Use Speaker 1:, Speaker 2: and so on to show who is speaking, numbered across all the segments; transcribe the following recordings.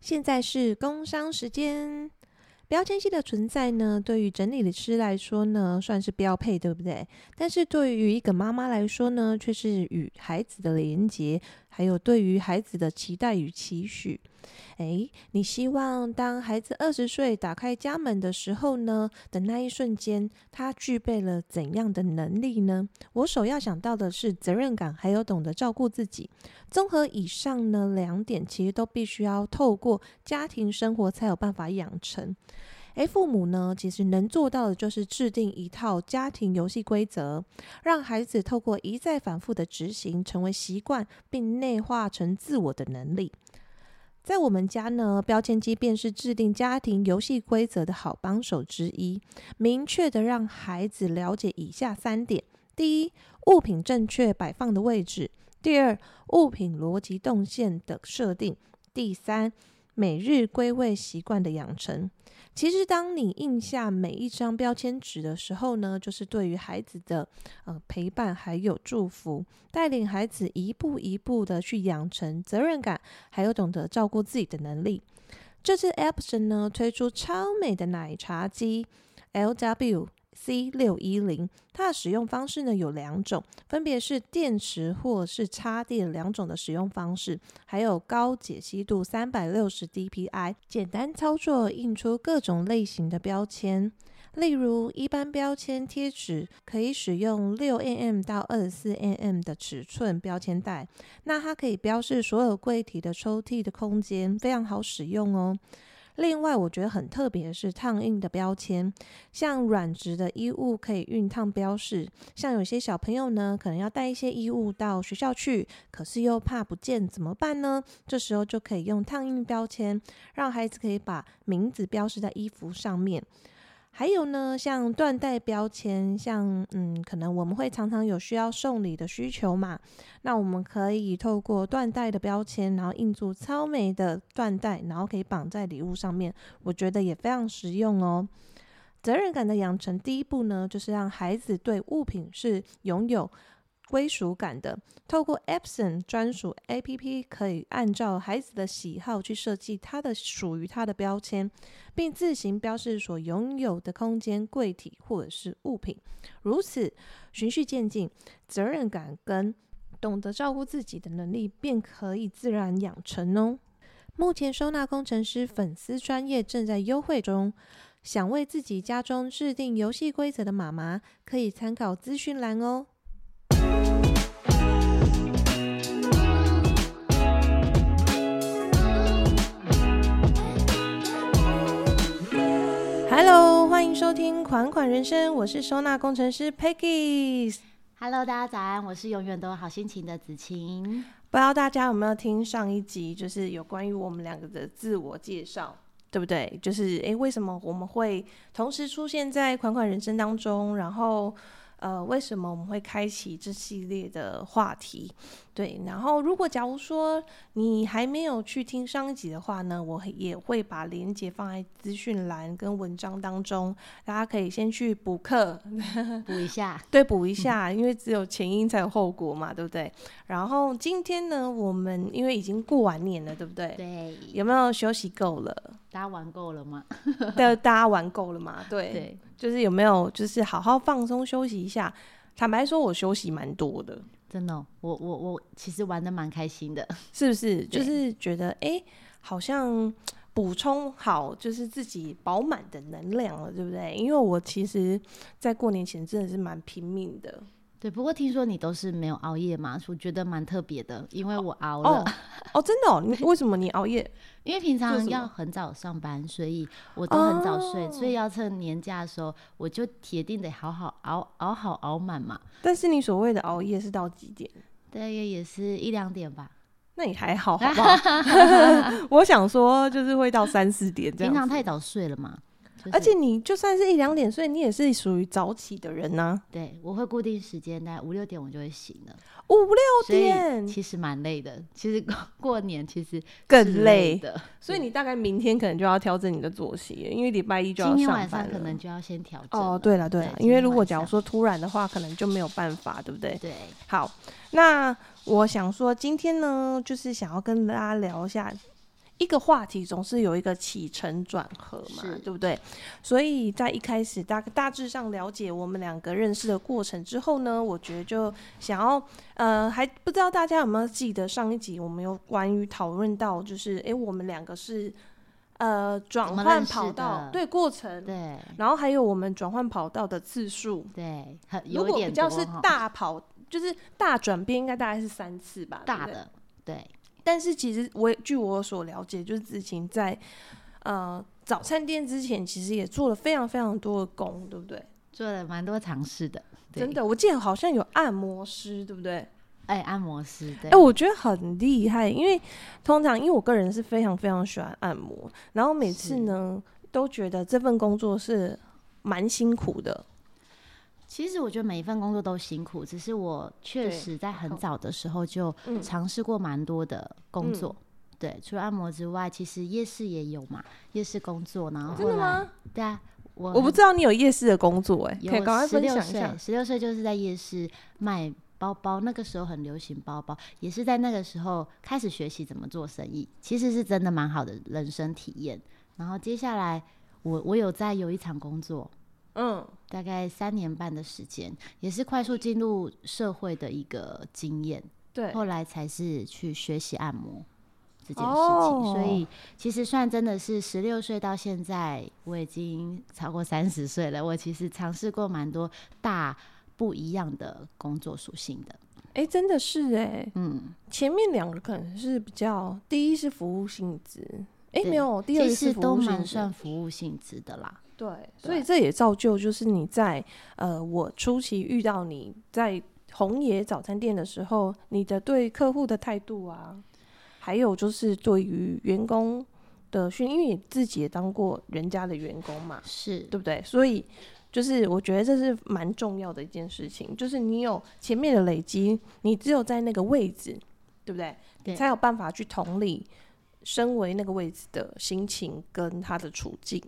Speaker 1: 现在是工商时间。标签系的存在呢，对于整理师来说呢，算是标配，对不对？但是对于一个妈妈来说呢，却是与孩子的连结，还有对于孩子的期待与期许。诶，你希望当孩子二十岁打开家门的时候呢的那一瞬间，他具备了怎样的能力呢？我首要想到的是责任感，还有懂得照顾自己。综合以上呢两点，其实都必须要透过家庭生活才有办法养成。诶，父母呢，其实能做到的就是制定一套家庭游戏规则，让孩子透过一再反复的执行，成为习惯，并内化成自我的能力。在我们家呢，标签机便是制定家庭游戏规则的好帮手之一，明确的让孩子了解以下三点：第一，物品正确摆放的位置；第二，物品逻辑动线的设定；第三，每日归位习惯的养成。其实，当你印下每一张标签纸的时候呢，就是对于孩子的呃陪伴还有祝福，带领孩子一步一步的去养成责任感，还有懂得照顾自己的能力。这次 a p s o n 呢推出超美的奶茶机 LW。C 六一零，它的使用方式呢有两种，分别是电池或是插电两种的使用方式，还有高解析度三百六十 DPI，简单操作印出各种类型的标签。例如，一般标签贴纸可以使用六 mm 到二十四 mm 的尺寸标签袋，那它可以标示所有柜体的抽屉的空间，非常好使用哦。另外，我觉得很特别的是烫印的标签，像软质的衣物可以熨烫标示。像有些小朋友呢，可能要带一些衣物到学校去，可是又怕不见，怎么办呢？这时候就可以用烫印标签，让孩子可以把名字标示在衣服上面。还有呢，像缎带标签，像嗯，可能我们会常常有需要送礼的需求嘛，那我们可以透过缎带的标签，然后印出超美的缎带，然后可以绑在礼物上面，我觉得也非常实用哦。责任感的养成，第一步呢，就是让孩子对物品是拥有归属感的。透过 Epson 专属 APP，可以按照孩子的喜好去设计他的属于他的标签，并自行标示所拥有的空间、柜体或者是物品。如此循序渐进，责任感跟懂得照顾自己的能力便可以自然养成哦。目前收纳工程师粉丝专业正在优惠中，想为自己家中制定游戏规则的妈妈可以参考资讯栏哦。Hello，欢迎收听《款款人生》，我是收纳工程师 Peggy。
Speaker 2: Hello，大家早安，我是永远都有好心情的 子晴。
Speaker 1: 不知道大家有没有听上一集，就是有关于我们两个的自我介绍，对不对？就是诶，为什么我们会同时出现在款款人生当中？然后呃，为什么我们会开启这系列的话题？对，然后如果假如说你还没有去听上一集的话呢，我也会把链接放在资讯栏跟文章当中，大家可以先去补课，
Speaker 2: 补一下，
Speaker 1: 对，补一下，因为只有前因才有后果嘛，对不对？然后今天呢，我们因为已经过完年了，对不对？
Speaker 2: 对，
Speaker 1: 有没有休息够 了？
Speaker 2: 大家玩够了吗？
Speaker 1: 大大家玩够了嘛？对，
Speaker 2: 对，
Speaker 1: 就是有没有就是好好放松休息一下？坦白说，我休息蛮多的，
Speaker 2: 真的哦、我我我其实玩的蛮开心的。
Speaker 1: 是不是？就
Speaker 2: 对
Speaker 1: 是觉得诶，好像补充好就是自己饱满的能量了，对不对？因为我其实，在过年前真的是蛮拼命的
Speaker 2: 对，不过听说你都是没有熬夜嘛，我觉得蛮特别的，因为我熬了，
Speaker 1: 哦哦，真的哦， 你为什么你熬夜？
Speaker 2: 因为平
Speaker 1: 做
Speaker 2: 常
Speaker 1: 什
Speaker 2: 要
Speaker 1: 么
Speaker 2: 很早上班，所以我都很早睡，所以
Speaker 1: 哦
Speaker 2: 要趁年假的时候，我就铁定得好好熬熬好熬满嘛。
Speaker 1: 但是你所谓的熬夜是到几点？
Speaker 2: 大概也是一两点吧，
Speaker 1: 那你还
Speaker 2: 啊
Speaker 1: 好，好不好？我想说，就是会到三四点这
Speaker 2: 平常
Speaker 1: 样子。
Speaker 2: 太早睡了嘛。就是
Speaker 1: 而且你就算是一两点睡，你也是属于早起的人呐、
Speaker 2: 对，我会固定时间，大概五六点我就会醒了，
Speaker 1: 五六
Speaker 2: 所以
Speaker 1: 点
Speaker 2: 其实蛮累的。其实过过年其实是
Speaker 1: 更
Speaker 2: 累
Speaker 1: 累，
Speaker 2: 的，
Speaker 1: 所以你大概明天可能就要调整你的作息了，因为礼拜一就要
Speaker 2: 今天晚
Speaker 1: 班
Speaker 2: 上可
Speaker 1: 了
Speaker 2: 能。就要先调整了。
Speaker 1: 哦，对了对了，
Speaker 2: 对
Speaker 1: 因为
Speaker 2: 今天
Speaker 1: 如果
Speaker 2: 晚
Speaker 1: 假如
Speaker 2: 上
Speaker 1: 说突然的话，可能就没有办法，对不对？
Speaker 2: 对，
Speaker 1: 好，那我想说今天呢，就是想要跟大家聊一下，一个话题总是有一个起承转合嘛
Speaker 2: 是，
Speaker 1: 对不对？所以在一开始大大致上了解我们两个认识的过程之后呢，我觉得就想要呃，还不知道大家有没有记得上一集我们有关于讨论到，就是诶，我们两个是呃转
Speaker 2: 怎么
Speaker 1: 换
Speaker 2: 认识
Speaker 1: 跑道
Speaker 2: 的
Speaker 1: 对过程，
Speaker 2: 对
Speaker 1: 然后还有我们转换跑道的次数，
Speaker 2: 对，很
Speaker 1: 如
Speaker 2: 有一
Speaker 1: 果
Speaker 2: 点
Speaker 1: 比较
Speaker 2: 多
Speaker 1: 是
Speaker 2: 哈
Speaker 1: 大跑，就是大转变，应该大概是三次吧，对
Speaker 2: 大
Speaker 1: 不对。
Speaker 2: 的，对
Speaker 1: 但是其实我也据我所了解，就是子晴在呃早餐店之前，其实也做了非常非常多的工，对不对？
Speaker 2: 做了蛮多尝试的，对
Speaker 1: 真，的，我记得好像有按摩师，对不对？
Speaker 2: 哎，按摩师，对
Speaker 1: 哎、，我觉得很厉害，因为通常因为我个人是非常非常喜欢按摩，然后每次
Speaker 2: 是
Speaker 1: 呢都觉得这份工作是蛮辛苦的，
Speaker 2: 其实我觉得每一份工作都辛苦，只是我确
Speaker 1: 对
Speaker 2: 实在很
Speaker 1: 好
Speaker 2: 早的时候就
Speaker 1: 嗯
Speaker 2: 尝试过蛮多的工作。对，除了按摩之外，其实夜市也有嘛，夜市工作。然后
Speaker 1: 真
Speaker 2: 后
Speaker 1: 的
Speaker 2: 来，
Speaker 1: 吗？
Speaker 2: 对啊，我
Speaker 1: 我不知道你有夜市的工作、哎，
Speaker 2: 有
Speaker 1: 可以赶快
Speaker 2: 十
Speaker 1: 分
Speaker 2: 六
Speaker 1: 享一下
Speaker 2: 岁，。十六岁就是在夜市卖包包，那个时候很流行包包，也是在那个时候开始学习怎么做生意，其实是真的蛮好的人生体验。然后接下来，我我有在有一场工作，
Speaker 1: 嗯，
Speaker 2: 大概三年半的时间，也是快速进入社会的一个经验，
Speaker 1: 对，
Speaker 2: 后来才是去学习按摩这件事情。
Speaker 1: 哦
Speaker 2: 所以其实算真的是十六岁到现在，我已经超过三十岁了。我其实尝试过蛮多大不一样的工作属性的，
Speaker 1: 哎、真的是哎、
Speaker 2: 嗯，
Speaker 1: 前面两个可能是比较，第一是服务性质，哎、
Speaker 2: 对
Speaker 1: 没有，第二
Speaker 2: 其
Speaker 1: 个
Speaker 2: 实
Speaker 1: 是服
Speaker 2: 都
Speaker 1: 务
Speaker 2: 蛮
Speaker 1: 性质
Speaker 2: 算，服务性质的啦。
Speaker 1: 对，所以这也造就就是你在呃，我初期遇到你在红野早餐店的时候，你的对客户的态度啊，还有就是对于员工的训，因为你自己也当过人家的员工嘛，
Speaker 2: 是
Speaker 1: 对不对？所以就是我觉得这是蛮重要的一件事情，就是你有前面的累积，你只有在那个位置，对不对？你
Speaker 2: 对
Speaker 1: 才有办法去同理身为那个位置的心情跟他的处境。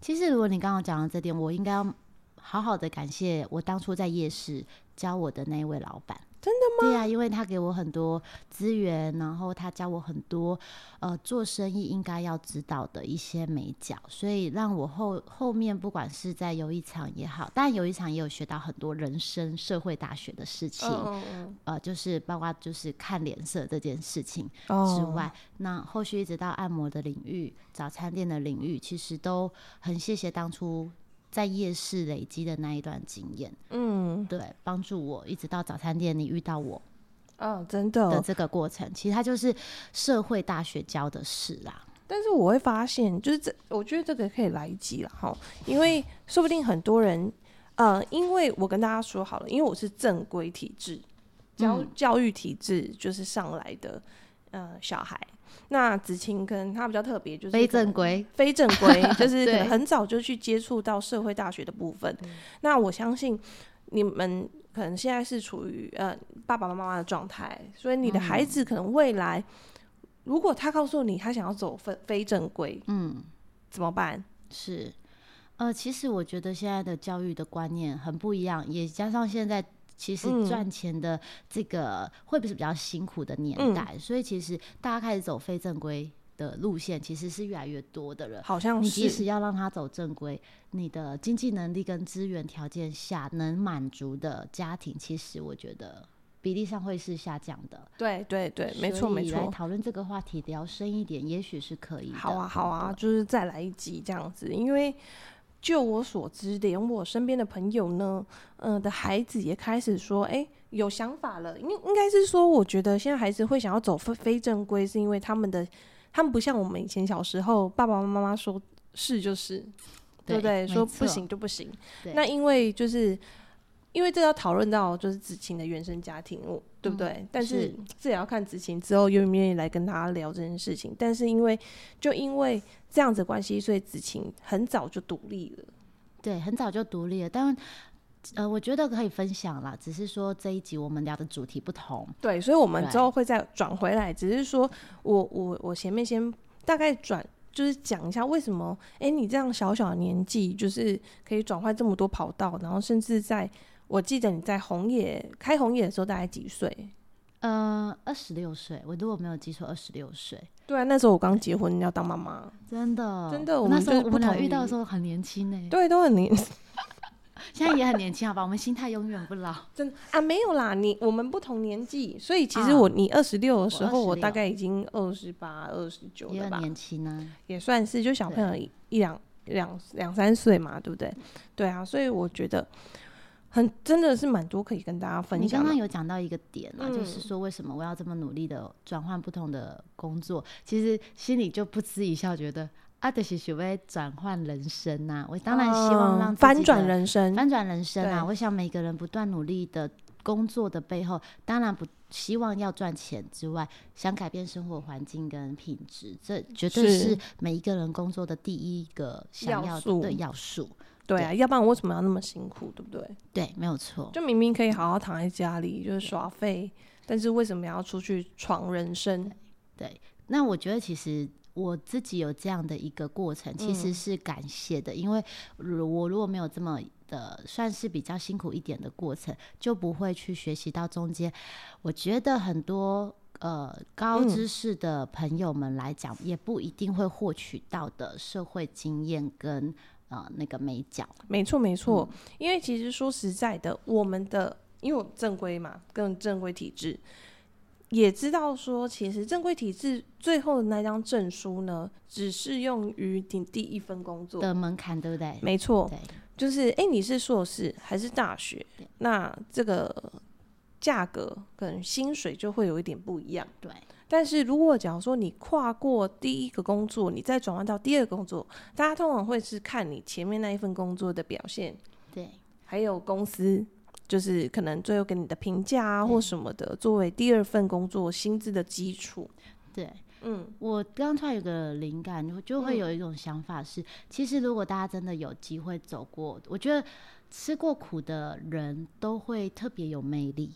Speaker 2: 其实，如果你刚刚讲到这点，我应该要好好的感谢我当初在夜市教我的那一位老板。
Speaker 1: 真
Speaker 2: 的吗？对啊，因为他给我很多资源，然后他教我很多呃做生意应该要知道的一些美角，所以让我后后面不管是在游艺场也好，但游艺场也有学到很多人生社会大学的事情，
Speaker 1: 嗯嗯
Speaker 2: 呃，就是包括就是看脸色这件事情。
Speaker 1: 嗯，
Speaker 2: 之外，那后续一直到按摩的领域、早餐店的领域，其实都很谢谢当初在夜市累积的那一段经验，
Speaker 1: 嗯
Speaker 2: 对，帮助我一直到早餐店你遇到我
Speaker 1: 嗯，真的
Speaker 2: 的这个过程，其实它就是社会大学教的事啦。
Speaker 1: 但是我会发现，就是这，我觉得这个可以来一集了哈，因为说不定很多人，呃，因为我跟大家说好了，因为我是正规体制，教、
Speaker 2: 嗯
Speaker 1: 教育体制就是上来的，呃，小孩。那子清跟他比较特别，就是
Speaker 2: 非
Speaker 1: 可能
Speaker 2: 正规，
Speaker 1: 非正 规，就是可
Speaker 2: 对嗯
Speaker 1: 能很早就去接触到社会大学的部分。那我相信你们可能现在是处于呃爸爸妈妈的状态，所以你的孩子可能未来，如果他告诉你他想要走非非正规，
Speaker 2: 嗯，
Speaker 1: 怎么办？
Speaker 2: 是。呃，其实我觉得现在的教育的观念很不一样，也加上现在其
Speaker 1: 嗯
Speaker 2: 实赚钱的这个会不会是比较辛苦的年
Speaker 1: 嗯
Speaker 2: 代，所以其实大家开始走非正规的路线，其实是越来越多的人。
Speaker 1: 好像
Speaker 2: 你即
Speaker 1: 是
Speaker 2: 使要让他走正规，你的经济能力跟资源条件下能满足的家庭，其实我觉得比例上会是下降的。
Speaker 1: 对对对，没错
Speaker 2: 所以
Speaker 1: 没
Speaker 2: 来
Speaker 1: 错。
Speaker 2: 讨论这个话题聊深一点，也许是可以的。
Speaker 1: 好啊，好啊，就是再来一集这样子，因为就我所知，连我身边的朋友呢，嗯、的孩子也开始说，哎、有想法了。应应该是说，我觉得现在孩子会想要走非非正规，是因为他们的他们不像我们以前小时候，爸爸妈妈说是就是，对不对？
Speaker 2: 没
Speaker 1: 说不
Speaker 2: 错
Speaker 1: 行就不行。
Speaker 2: 对
Speaker 1: 那因为就是因为这要讨论到就是子晴的原生家庭，我对不对？但嗯是
Speaker 2: 是
Speaker 1: 这也要看子晴之后愿不愿意来跟他聊这件事情。但是因为就因为这样子的关系，所以子晴很早就独立了。
Speaker 2: 对，很早就独立了，但呃，我觉得可以分享啦，只是说这一集我们聊的主题不同，
Speaker 1: 对，所以我们
Speaker 2: 对
Speaker 1: 之后会再转回来，只是说我我我前面先大概转。就是讲一下为什么，哎、你这样小小的年纪，就是可以转换这么多跑道，然后甚至在我记得你在红野开红野的时候大概几岁？
Speaker 2: 呃，二十六岁，我如果没有记错，二十六岁，
Speaker 1: 对啊，那时候我刚结婚要当妈妈，
Speaker 2: 真的
Speaker 1: 真的我
Speaker 2: 那
Speaker 1: 们
Speaker 2: 时
Speaker 1: 就
Speaker 2: 候
Speaker 1: 是不
Speaker 2: 我们俩
Speaker 1: 同
Speaker 2: 遇到
Speaker 1: 于
Speaker 2: 的时候很年轻呢、
Speaker 1: 对，都很年
Speaker 2: 现在也很年轻，啊好吧？我们心态永远不老。
Speaker 1: 真啊没有啦，你我们不同年纪，所以其实
Speaker 2: 啊
Speaker 1: 我、你二十六的时候，
Speaker 2: 我
Speaker 1: 我大
Speaker 2: 26
Speaker 1: 概已经二十八、二十九
Speaker 2: 也
Speaker 1: 了
Speaker 2: 很
Speaker 1: 吧，
Speaker 2: 年轻啊，
Speaker 1: 也算是就小朋友一一两两两三岁嘛，对不对？对啊，所以我觉得很真的是蛮多可以跟大家分
Speaker 2: 你
Speaker 1: 享
Speaker 2: 刚
Speaker 1: 的。
Speaker 2: 刚有讲到一个点啊，就是
Speaker 1: 嗯
Speaker 2: 说为什么我要这么努力的转换不同的工作？其实心里就不知一笑，觉得啊，就是许薇转换人生呐、我当然希
Speaker 1: 嗯
Speaker 2: 望让自
Speaker 1: 翻
Speaker 2: 己
Speaker 1: 转
Speaker 2: 的
Speaker 1: 人生，
Speaker 2: 翻转人生啊！
Speaker 1: 对
Speaker 2: 我想每个人不断努力的工作的背后，当然不希望要赚钱之外，想改变生活环境跟品质，这绝对
Speaker 1: 是
Speaker 2: 是每一个人工作的第一个想
Speaker 1: 要
Speaker 2: 要
Speaker 1: 素
Speaker 2: 的对要素。
Speaker 1: 对啊，要不然为什么要那么辛苦，对不对？
Speaker 2: 对，没有错。
Speaker 1: 就明明可以好好躺在家里就是耍废，但是为什么要出去闯人生？
Speaker 2: 那我觉得其实。我自己有这样的一个过程，其实
Speaker 1: 嗯
Speaker 2: 是感谢的，因为如我如果没有这么的算是比较辛苦一点的过程，就不会去学习到中间。我觉得很多呃高
Speaker 1: 嗯
Speaker 2: 知识的朋友们来讲，也不一定会获取到的社会经验跟呃那个美角。
Speaker 1: 没错，没错，
Speaker 2: 嗯
Speaker 1: 因为其实说实在的，我们的因为我正规嘛，跟正规体制，也知道说，其实正规体制最后的那张证书呢，只适用于你第一份工作。
Speaker 2: 的门槛，对不对？
Speaker 1: 没错，
Speaker 2: 对，
Speaker 1: 就是诶，你是硕士还是大学？那这个价格跟薪水就会有一点不一样。
Speaker 2: 对，
Speaker 1: 但是如果假如说你跨过第一个工作，你再转换到第二个工作，大家通常会是看你前面那一份工作的表现，
Speaker 2: 对，
Speaker 1: 还有公司就是可能最后给你的评价啊
Speaker 2: 嗯
Speaker 1: 或什么的，作为第二份工作薪资的基础。
Speaker 2: 对。
Speaker 1: 嗯，
Speaker 2: 我刚刚突然有个灵感，我就会有一种想法是，其实如果大家真的有机会走过，我觉得吃过苦的人都会特别有魅力，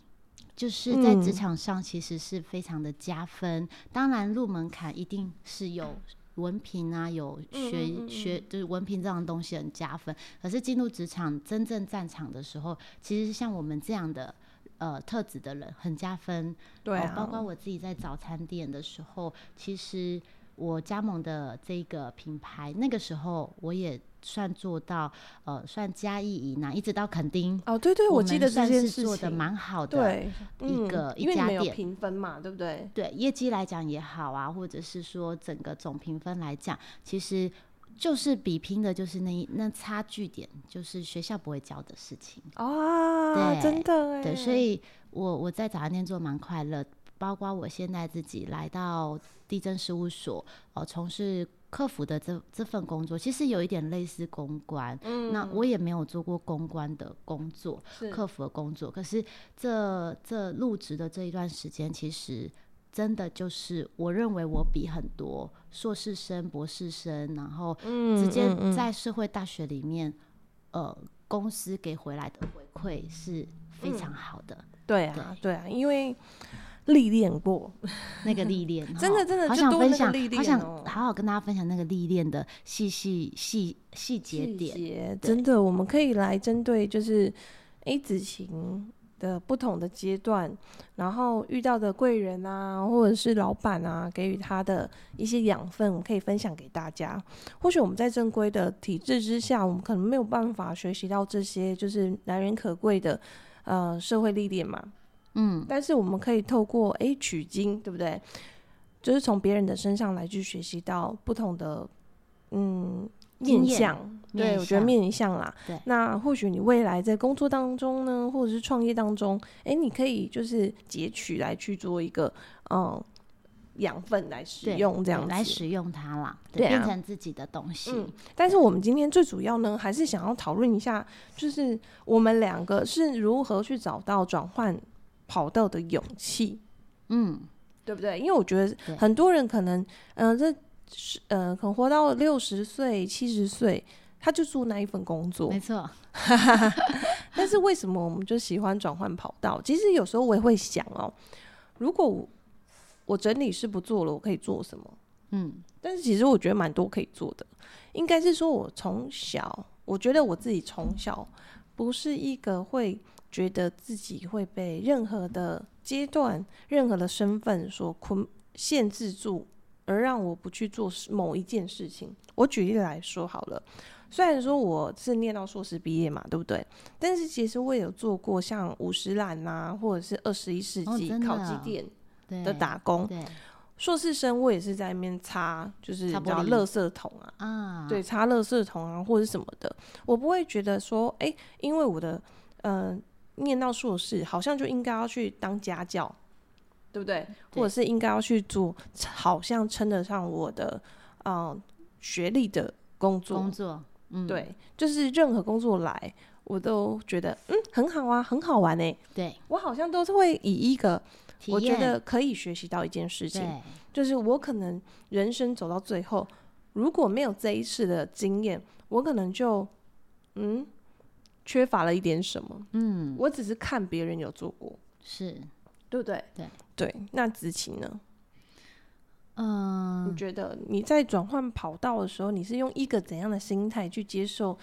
Speaker 2: 就是在职
Speaker 1: 嗯
Speaker 2: 场上其实是非常的加分。当然，入门槛一定是有。文凭啊，有
Speaker 1: 嗯
Speaker 2: 学
Speaker 1: 嗯嗯
Speaker 2: 学就是文凭这样的东西很加分。可是进入职场真正战场的时候，其实像我们这样的呃特质的人很加分，
Speaker 1: 对
Speaker 2: 哦
Speaker 1: 啊，
Speaker 2: 包括我自己在早餐店的时候，其实我加盟的这个品牌，那个时候我也算做到，呃，算嘉义以南，一直到垦丁，
Speaker 1: 哦，对对，我记
Speaker 2: 们
Speaker 1: 得这
Speaker 2: 算
Speaker 1: 件
Speaker 2: 是
Speaker 1: 事
Speaker 2: 做的
Speaker 1: 情。
Speaker 2: 蛮好的。
Speaker 1: 对，
Speaker 2: 一
Speaker 1: 嗯
Speaker 2: 个一
Speaker 1: 因为你
Speaker 2: 家
Speaker 1: 们有
Speaker 2: 店
Speaker 1: 评分嘛，对不对？
Speaker 2: 对业绩来讲也好啊，或者是说整个总评分来讲，其实就是比拼的就是那一那差距点，就是学校不会教的事情。
Speaker 1: 啊，
Speaker 2: 对
Speaker 1: 真的哎，
Speaker 2: 对，所以我我在早餐店做蛮快乐，包括我现在自己来到地震事务所，呃，从事客服的这这份工作，其实有一点类似公关。
Speaker 1: 嗯
Speaker 2: 那我也没有做过公关的工作，
Speaker 1: 是
Speaker 2: 客服的工作，可是这这入职的这一段时间，其实。真的就是，我认为我比很多硕士生、博士生，然后直
Speaker 1: 直
Speaker 2: 接在社会大学里面，呃，公司给回来的回馈是非常
Speaker 1: 嗯
Speaker 2: 好的，
Speaker 1: 对啊，对啊，因为历练过，，
Speaker 2: 那个历练
Speaker 1: 真的
Speaker 2: 哈
Speaker 1: 真的
Speaker 2: 好
Speaker 1: 就
Speaker 2: 想
Speaker 1: 多
Speaker 2: 分
Speaker 1: 那个
Speaker 2: 享，
Speaker 1: 历
Speaker 2: 好
Speaker 1: 练
Speaker 2: 想
Speaker 1: 哦
Speaker 2: 好好跟大家分享那个历练的细细细细节点，
Speaker 1: 节
Speaker 2: 对
Speaker 1: 真的，我们可以来针对就是诶子晴的不同的阶段，然后遇到的贵人啊，或者是老板啊，给予他的一些养分，我们可以分享给大家。或许我们在正规的体制之下，我们可能没有办法学习到这些就是难人可贵的呃社会历练嘛，
Speaker 2: 嗯，
Speaker 1: 但是我们可以透过诶取经，对不对？就是从别人的身上来去学习到不同的嗯
Speaker 2: 经
Speaker 1: 面
Speaker 2: 验
Speaker 1: 相。对，
Speaker 2: 面
Speaker 1: 我觉得
Speaker 2: 向
Speaker 1: 面相啦。
Speaker 2: 对
Speaker 1: 那或许你未来在工作当中呢，或者是创业当中，诶，你可以就是截取来去做一个嗯养分来使
Speaker 2: 对
Speaker 1: 用这样
Speaker 2: 对
Speaker 1: 子。
Speaker 2: 来使用它啦，
Speaker 1: 对啊
Speaker 2: 变成自己的东西，
Speaker 1: 嗯但是我们今天最主要呢，还是想要讨论一下，就是我们两个是如何去找到转换跑道的勇气。
Speaker 2: 嗯
Speaker 1: 对不对？因为我觉得
Speaker 2: 对
Speaker 1: 很多人可能，嗯、这是呃，可能活到六十岁、七十岁，他就做那一份工作
Speaker 2: 没。错，
Speaker 1: 但是为什么我们就喜欢转换跑道？其实有时候我也会想哦，如果我我整理师不做了，我可以做什么？
Speaker 2: 嗯，
Speaker 1: 但是其实我觉得蛮多可以做的，应该是说我从小，我觉得我自己从小不是一个会觉得自己会被任何的阶段、任何的身份所困限制住，而让我不去做某一件事情。我举例来说好了，虽然说我是念到硕士毕业嘛，对不对？但是其实我也有做过像五十岚啊，或者是二十一世
Speaker 2: 哦
Speaker 1: 纪
Speaker 2: 真的
Speaker 1: 烤鸡
Speaker 2: 啊
Speaker 1: 店
Speaker 2: 对
Speaker 1: 的打工。
Speaker 2: 对
Speaker 1: 硕士生我也是在那边擦，就是
Speaker 2: 擦
Speaker 1: 你知道
Speaker 2: 玻璃
Speaker 1: 垃圾桶啊，
Speaker 2: 啊，
Speaker 1: 对，擦垃圾桶啊或者什么的，我不会觉得说，哎、因为我的呃念到硕士，好像就应该要去当家教，对不对？或者
Speaker 2: 对
Speaker 1: 是应该要去做好像称得上我的呃学历的工作，
Speaker 2: 工作，嗯，
Speaker 1: 对，就是任何工作来，我都觉得嗯很好啊，很好玩哎、
Speaker 2: 对，
Speaker 1: 我好像都是会以一个
Speaker 2: 体
Speaker 1: 我觉
Speaker 2: 验
Speaker 1: 得可以学习到一件事情，
Speaker 2: 对
Speaker 1: 就是我可能人生走到最后，如果没有这一次的经验，我可能就嗯缺乏了一点什么。
Speaker 2: 嗯
Speaker 1: 我只是看别人有做过，
Speaker 2: 是，
Speaker 1: 对不对？
Speaker 2: 对
Speaker 1: 对。那子琪呢？
Speaker 2: 嗯
Speaker 1: 你，觉得你在转换跑道的时候，你是用一个怎样的心态去接受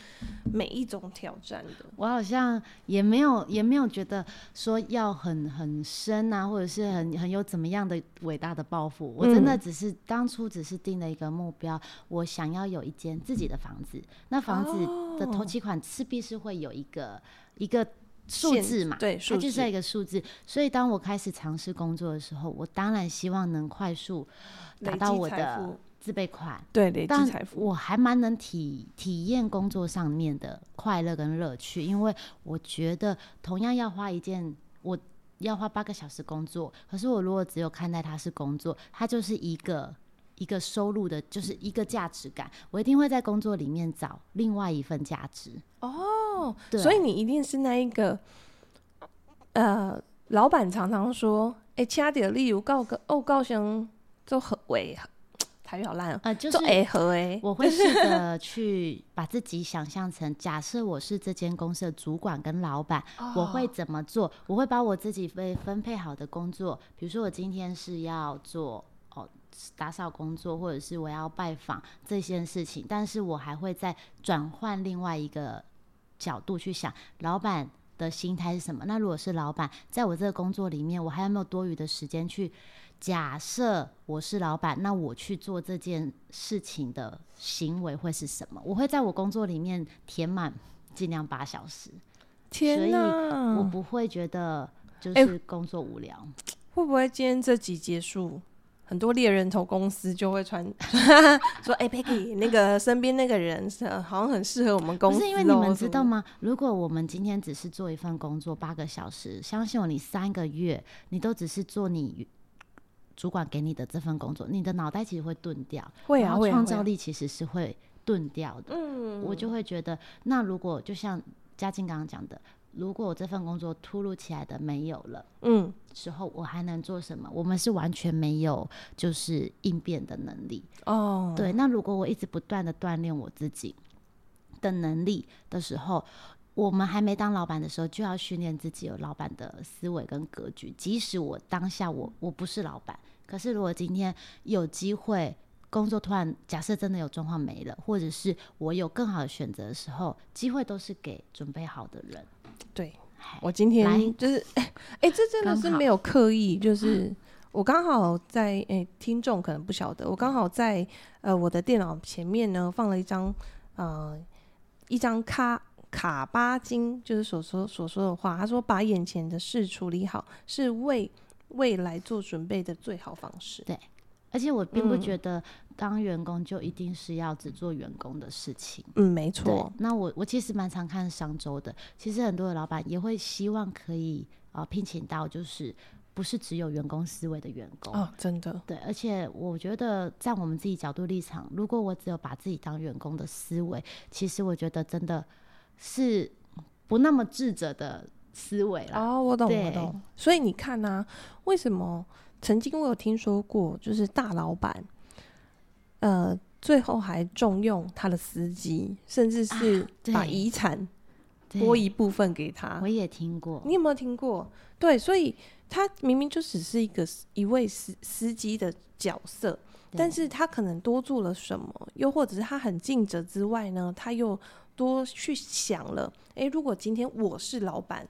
Speaker 1: 每一种挑战的？
Speaker 2: 我好像也没有也没有觉得说要很很深啊，或者是很很有怎么样的伟大的抱
Speaker 1: 嗯
Speaker 2: 负。我真的只是、当初只是定了一个目标，我想要有一间自己的房子。那房子的头
Speaker 1: 哦
Speaker 2: 期款势必是会有一个一个数
Speaker 1: 限
Speaker 2: 字嘛，
Speaker 1: 对，
Speaker 2: 它
Speaker 1: 数
Speaker 2: 就是
Speaker 1: 字
Speaker 2: 在一个数字。所以当我开始尝试工作的时候，我当然希望能快速达
Speaker 1: 累
Speaker 2: 到
Speaker 1: 积
Speaker 2: 我
Speaker 1: 财
Speaker 2: 的
Speaker 1: 富
Speaker 2: 自备款。
Speaker 1: 对，累积
Speaker 2: 但
Speaker 1: 财富。
Speaker 2: 我还蛮能体体验工作上面的快乐跟乐趣，因为我觉得同样要花一件我。要花八个小时工作，可是我如果只有看待它是工作，它就是一个一个收入的，就是一个价值感。我一定会在工作里面找另外一份价值。
Speaker 1: 哦，
Speaker 2: 对
Speaker 1: 所以你一定是那一个，呃，老板常常说，哎、掐点力，我告个哦，告想做合为，台语好烂啊，
Speaker 2: 呃，就
Speaker 1: 做
Speaker 2: 是
Speaker 1: 哎合哎，
Speaker 2: 我会试着去把自己想象成，假设我是这间公司的主管跟老板，我会
Speaker 1: 哦
Speaker 2: 怎么做？我会把我自己被分配好的工作，比如说我今天是要做哦打扫工作，或者是我要拜访这些事情，但是我还会再转换另外一个角度去想，老板。的心态是什么？那如果是老板，在我这个工作里面，我还有没有多余的时间去假设我是老板，那我去做这件事情的行为会是什么？我会在我工作里面填满尽量八小时。所
Speaker 1: 天
Speaker 2: 以
Speaker 1: 哪，
Speaker 2: 我不会觉得就
Speaker 1: 嗯哎
Speaker 2: 是工作无聊。
Speaker 1: 会不会今天这集结束，很多猎人头公司就会传 说，哎、p e g g y 那个身边那个人是呃好像很适合我们公
Speaker 2: 不
Speaker 1: 司、哦，
Speaker 2: 是因为你们知道
Speaker 1: 什么
Speaker 2: 吗？如果我们今天只是做一份工作八个小时，相信我，你三个月你都只是做你主管给你的这份工作，你的脑袋其实会钝掉，
Speaker 1: 的会
Speaker 2: 然
Speaker 1: 啊
Speaker 2: 后
Speaker 1: 会啊
Speaker 2: 创
Speaker 1: 会啊
Speaker 2: 造力其实是会钝掉的。
Speaker 1: 嗯，
Speaker 2: 我就会觉得，那如果就像嘉靖刚刚讲的，如果我这份工作突如其来的没有了。
Speaker 1: 嗯，
Speaker 2: 时候我还能做什么？我们是完全没有就是应变的能力，
Speaker 1: 哦，
Speaker 2: 对，那如果我一直不断的锻炼我自己的能力的时候，我们还没当老板的时候，就要训练自己有老板的思维跟格局。即使我当下我我不是老板，可是如果今天有机会。工作突然，假设真的有状况没了，或者是我有更好的选择的时候，机会都是给准备好的人。
Speaker 1: 对
Speaker 2: 嗨，
Speaker 1: 我今
Speaker 2: 来
Speaker 1: 天就是，哎、哎这真的
Speaker 2: 刚
Speaker 1: 是
Speaker 2: 好嗯
Speaker 1: 没有刻意，就是我刚好在，哎、听众可能不晓得，我刚好在呃我的电脑前面呢放了一张，呃，一张卡卡巴金，就是所说所说的话，他说把眼前的事处理好是为未来做准备的最好方式。
Speaker 2: 而且我并不
Speaker 1: 嗯
Speaker 2: 觉得当员工就一定是要只做员工的事情。
Speaker 1: 嗯，没
Speaker 2: 对
Speaker 1: 错，，
Speaker 2: 那我我其实蛮常看商周的，其实很多的老板也会希望可以呃聘请到就是不是只有员工思维的员工。
Speaker 1: 哦，真的，
Speaker 2: 对，而且我觉得在我们自己角度立场，如果我只有把自己当员工的思维，其实我觉得真的是不那么智者的思维啦。
Speaker 1: 哦，我懂，我
Speaker 2: 对
Speaker 1: 懂。所以你看呐、为什么曾经我有听说过，就是大老板，呃，最后还重用他的司机，甚至是
Speaker 2: 啊对
Speaker 1: 把遗产
Speaker 2: 对
Speaker 1: 拨一部分给他
Speaker 2: 我。也听过，
Speaker 1: 你有没有听过？对，所以他明明就只是一个一位司司机的角色，但
Speaker 2: 对
Speaker 1: 是他可能多做了什么，又或者是他很尽责之外呢，他又多去想了，诶，如果今天我是老板，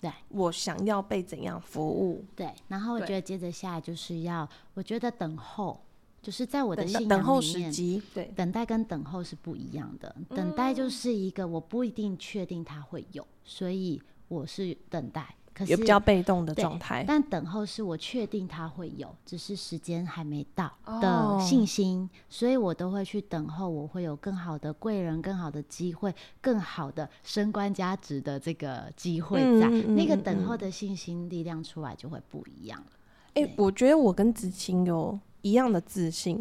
Speaker 2: 对
Speaker 1: 我想要被怎样服务，
Speaker 2: 对，然后我
Speaker 1: 对
Speaker 2: 觉得接着下来就是要，我觉得等候，就是在我的
Speaker 1: 等到
Speaker 2: 信
Speaker 1: 等候
Speaker 2: 仰里
Speaker 1: 时
Speaker 2: 面，
Speaker 1: 机，对，
Speaker 2: 等待跟等候是不一样的。
Speaker 1: 嗯
Speaker 2: 等待就是一个我不一定确定它会有，所以我是等待。可
Speaker 1: 也
Speaker 2: 是
Speaker 1: 比较被动的
Speaker 2: 对
Speaker 1: 状态。
Speaker 2: 但等候是我确定它会有，只是时间还没到
Speaker 1: 哦
Speaker 2: 的信心，所以我都会去等候，我会有更好的贵人、更好的机会、更好的升官加职的这个机会在。
Speaker 1: 嗯嗯
Speaker 2: 那个
Speaker 1: 嗯
Speaker 2: 等候
Speaker 1: 嗯
Speaker 2: 的信心力量出来就会不一样了。
Speaker 1: 哎、
Speaker 2: 对
Speaker 1: 我觉得我跟子晴有一样的自信，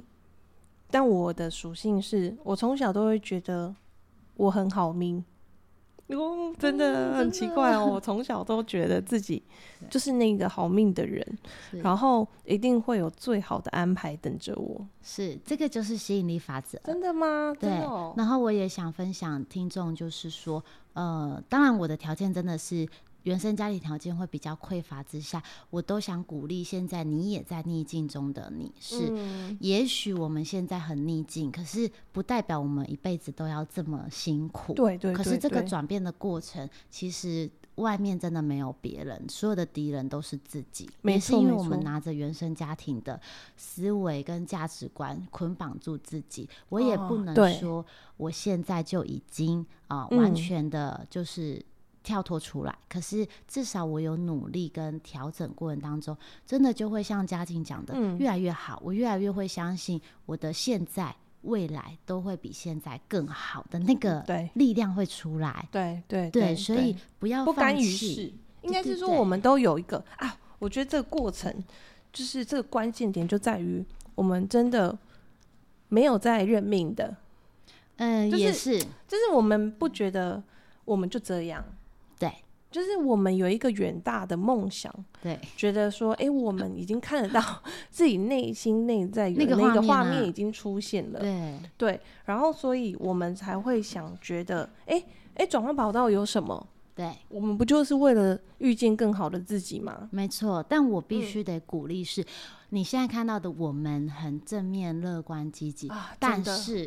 Speaker 1: 但我的属性是我从小都会觉得我很好命。哦，真的很奇怪 哦！我从小都觉得自己就是那个好命的人，
Speaker 2: 是
Speaker 1: 然后一定会有最好的安排等着我。
Speaker 2: 是，这个就是吸引力法则。
Speaker 1: 真的吗？
Speaker 2: 对
Speaker 1: 真的哦，
Speaker 2: 然后我也想分享听众，就是说，呃，当然我的条件真的是原生家庭条件会比较匮乏之下，我都想鼓励现在你也在逆境中的你是。
Speaker 1: 嗯
Speaker 2: 也许我们现在很逆境，可是不代表我们一辈子都要这么辛苦。
Speaker 1: 对对对。
Speaker 2: 可是这个
Speaker 1: 对
Speaker 2: 转变的过程，其实外面真的没有别人，所有的敌人都是自己。
Speaker 1: 没
Speaker 2: 也是
Speaker 1: 错
Speaker 2: 因为
Speaker 1: 没
Speaker 2: 我们
Speaker 1: 错
Speaker 2: 拿着原生家庭的思维跟价值观捆绑住自己，我也不
Speaker 1: 哦
Speaker 2: 能
Speaker 1: 对
Speaker 2: 说我现在就已经啊、
Speaker 1: 嗯
Speaker 2: 完全的就是。跳脱出来，可是至少我有努力跟调整过程当中，真的就会像嘉靖讲的，
Speaker 1: 嗯
Speaker 2: 越来越好。我越来越会相信我的现在、未来都会比现在更好的那个
Speaker 1: 对
Speaker 2: 力量会出来。
Speaker 1: 对对
Speaker 2: 对，所以不要
Speaker 1: 不甘于
Speaker 2: 放弃。
Speaker 1: 世，应该
Speaker 2: 对
Speaker 1: 是说
Speaker 2: 对
Speaker 1: 我们都有一个啊，我觉得这个过程就是这个关键点就在于我们真的没有在认命的，
Speaker 2: 嗯，
Speaker 1: 就
Speaker 2: 也
Speaker 1: 是
Speaker 2: 是
Speaker 1: 就是我们不觉得我们就这样，
Speaker 2: 对
Speaker 1: 就是我们有一个远大的梦想，
Speaker 2: 对
Speaker 1: 觉得说，哎、我们已经看得到 自己内心内在有
Speaker 2: 那个
Speaker 1: 那个画
Speaker 2: 画面啊
Speaker 1: 面已经出现了，
Speaker 2: 对
Speaker 1: 对，然后所以我们才会想觉得，哎、哎，转换跑道有什么？
Speaker 2: 对，
Speaker 1: 我们不就是为了遇见更好的自己吗？
Speaker 2: 没错。但我必
Speaker 1: 嗯
Speaker 2: 须得鼓励是，你现在看到的我们很正面、乐观、积极，
Speaker 1: 啊，
Speaker 2: 但
Speaker 1: 真的
Speaker 2: 是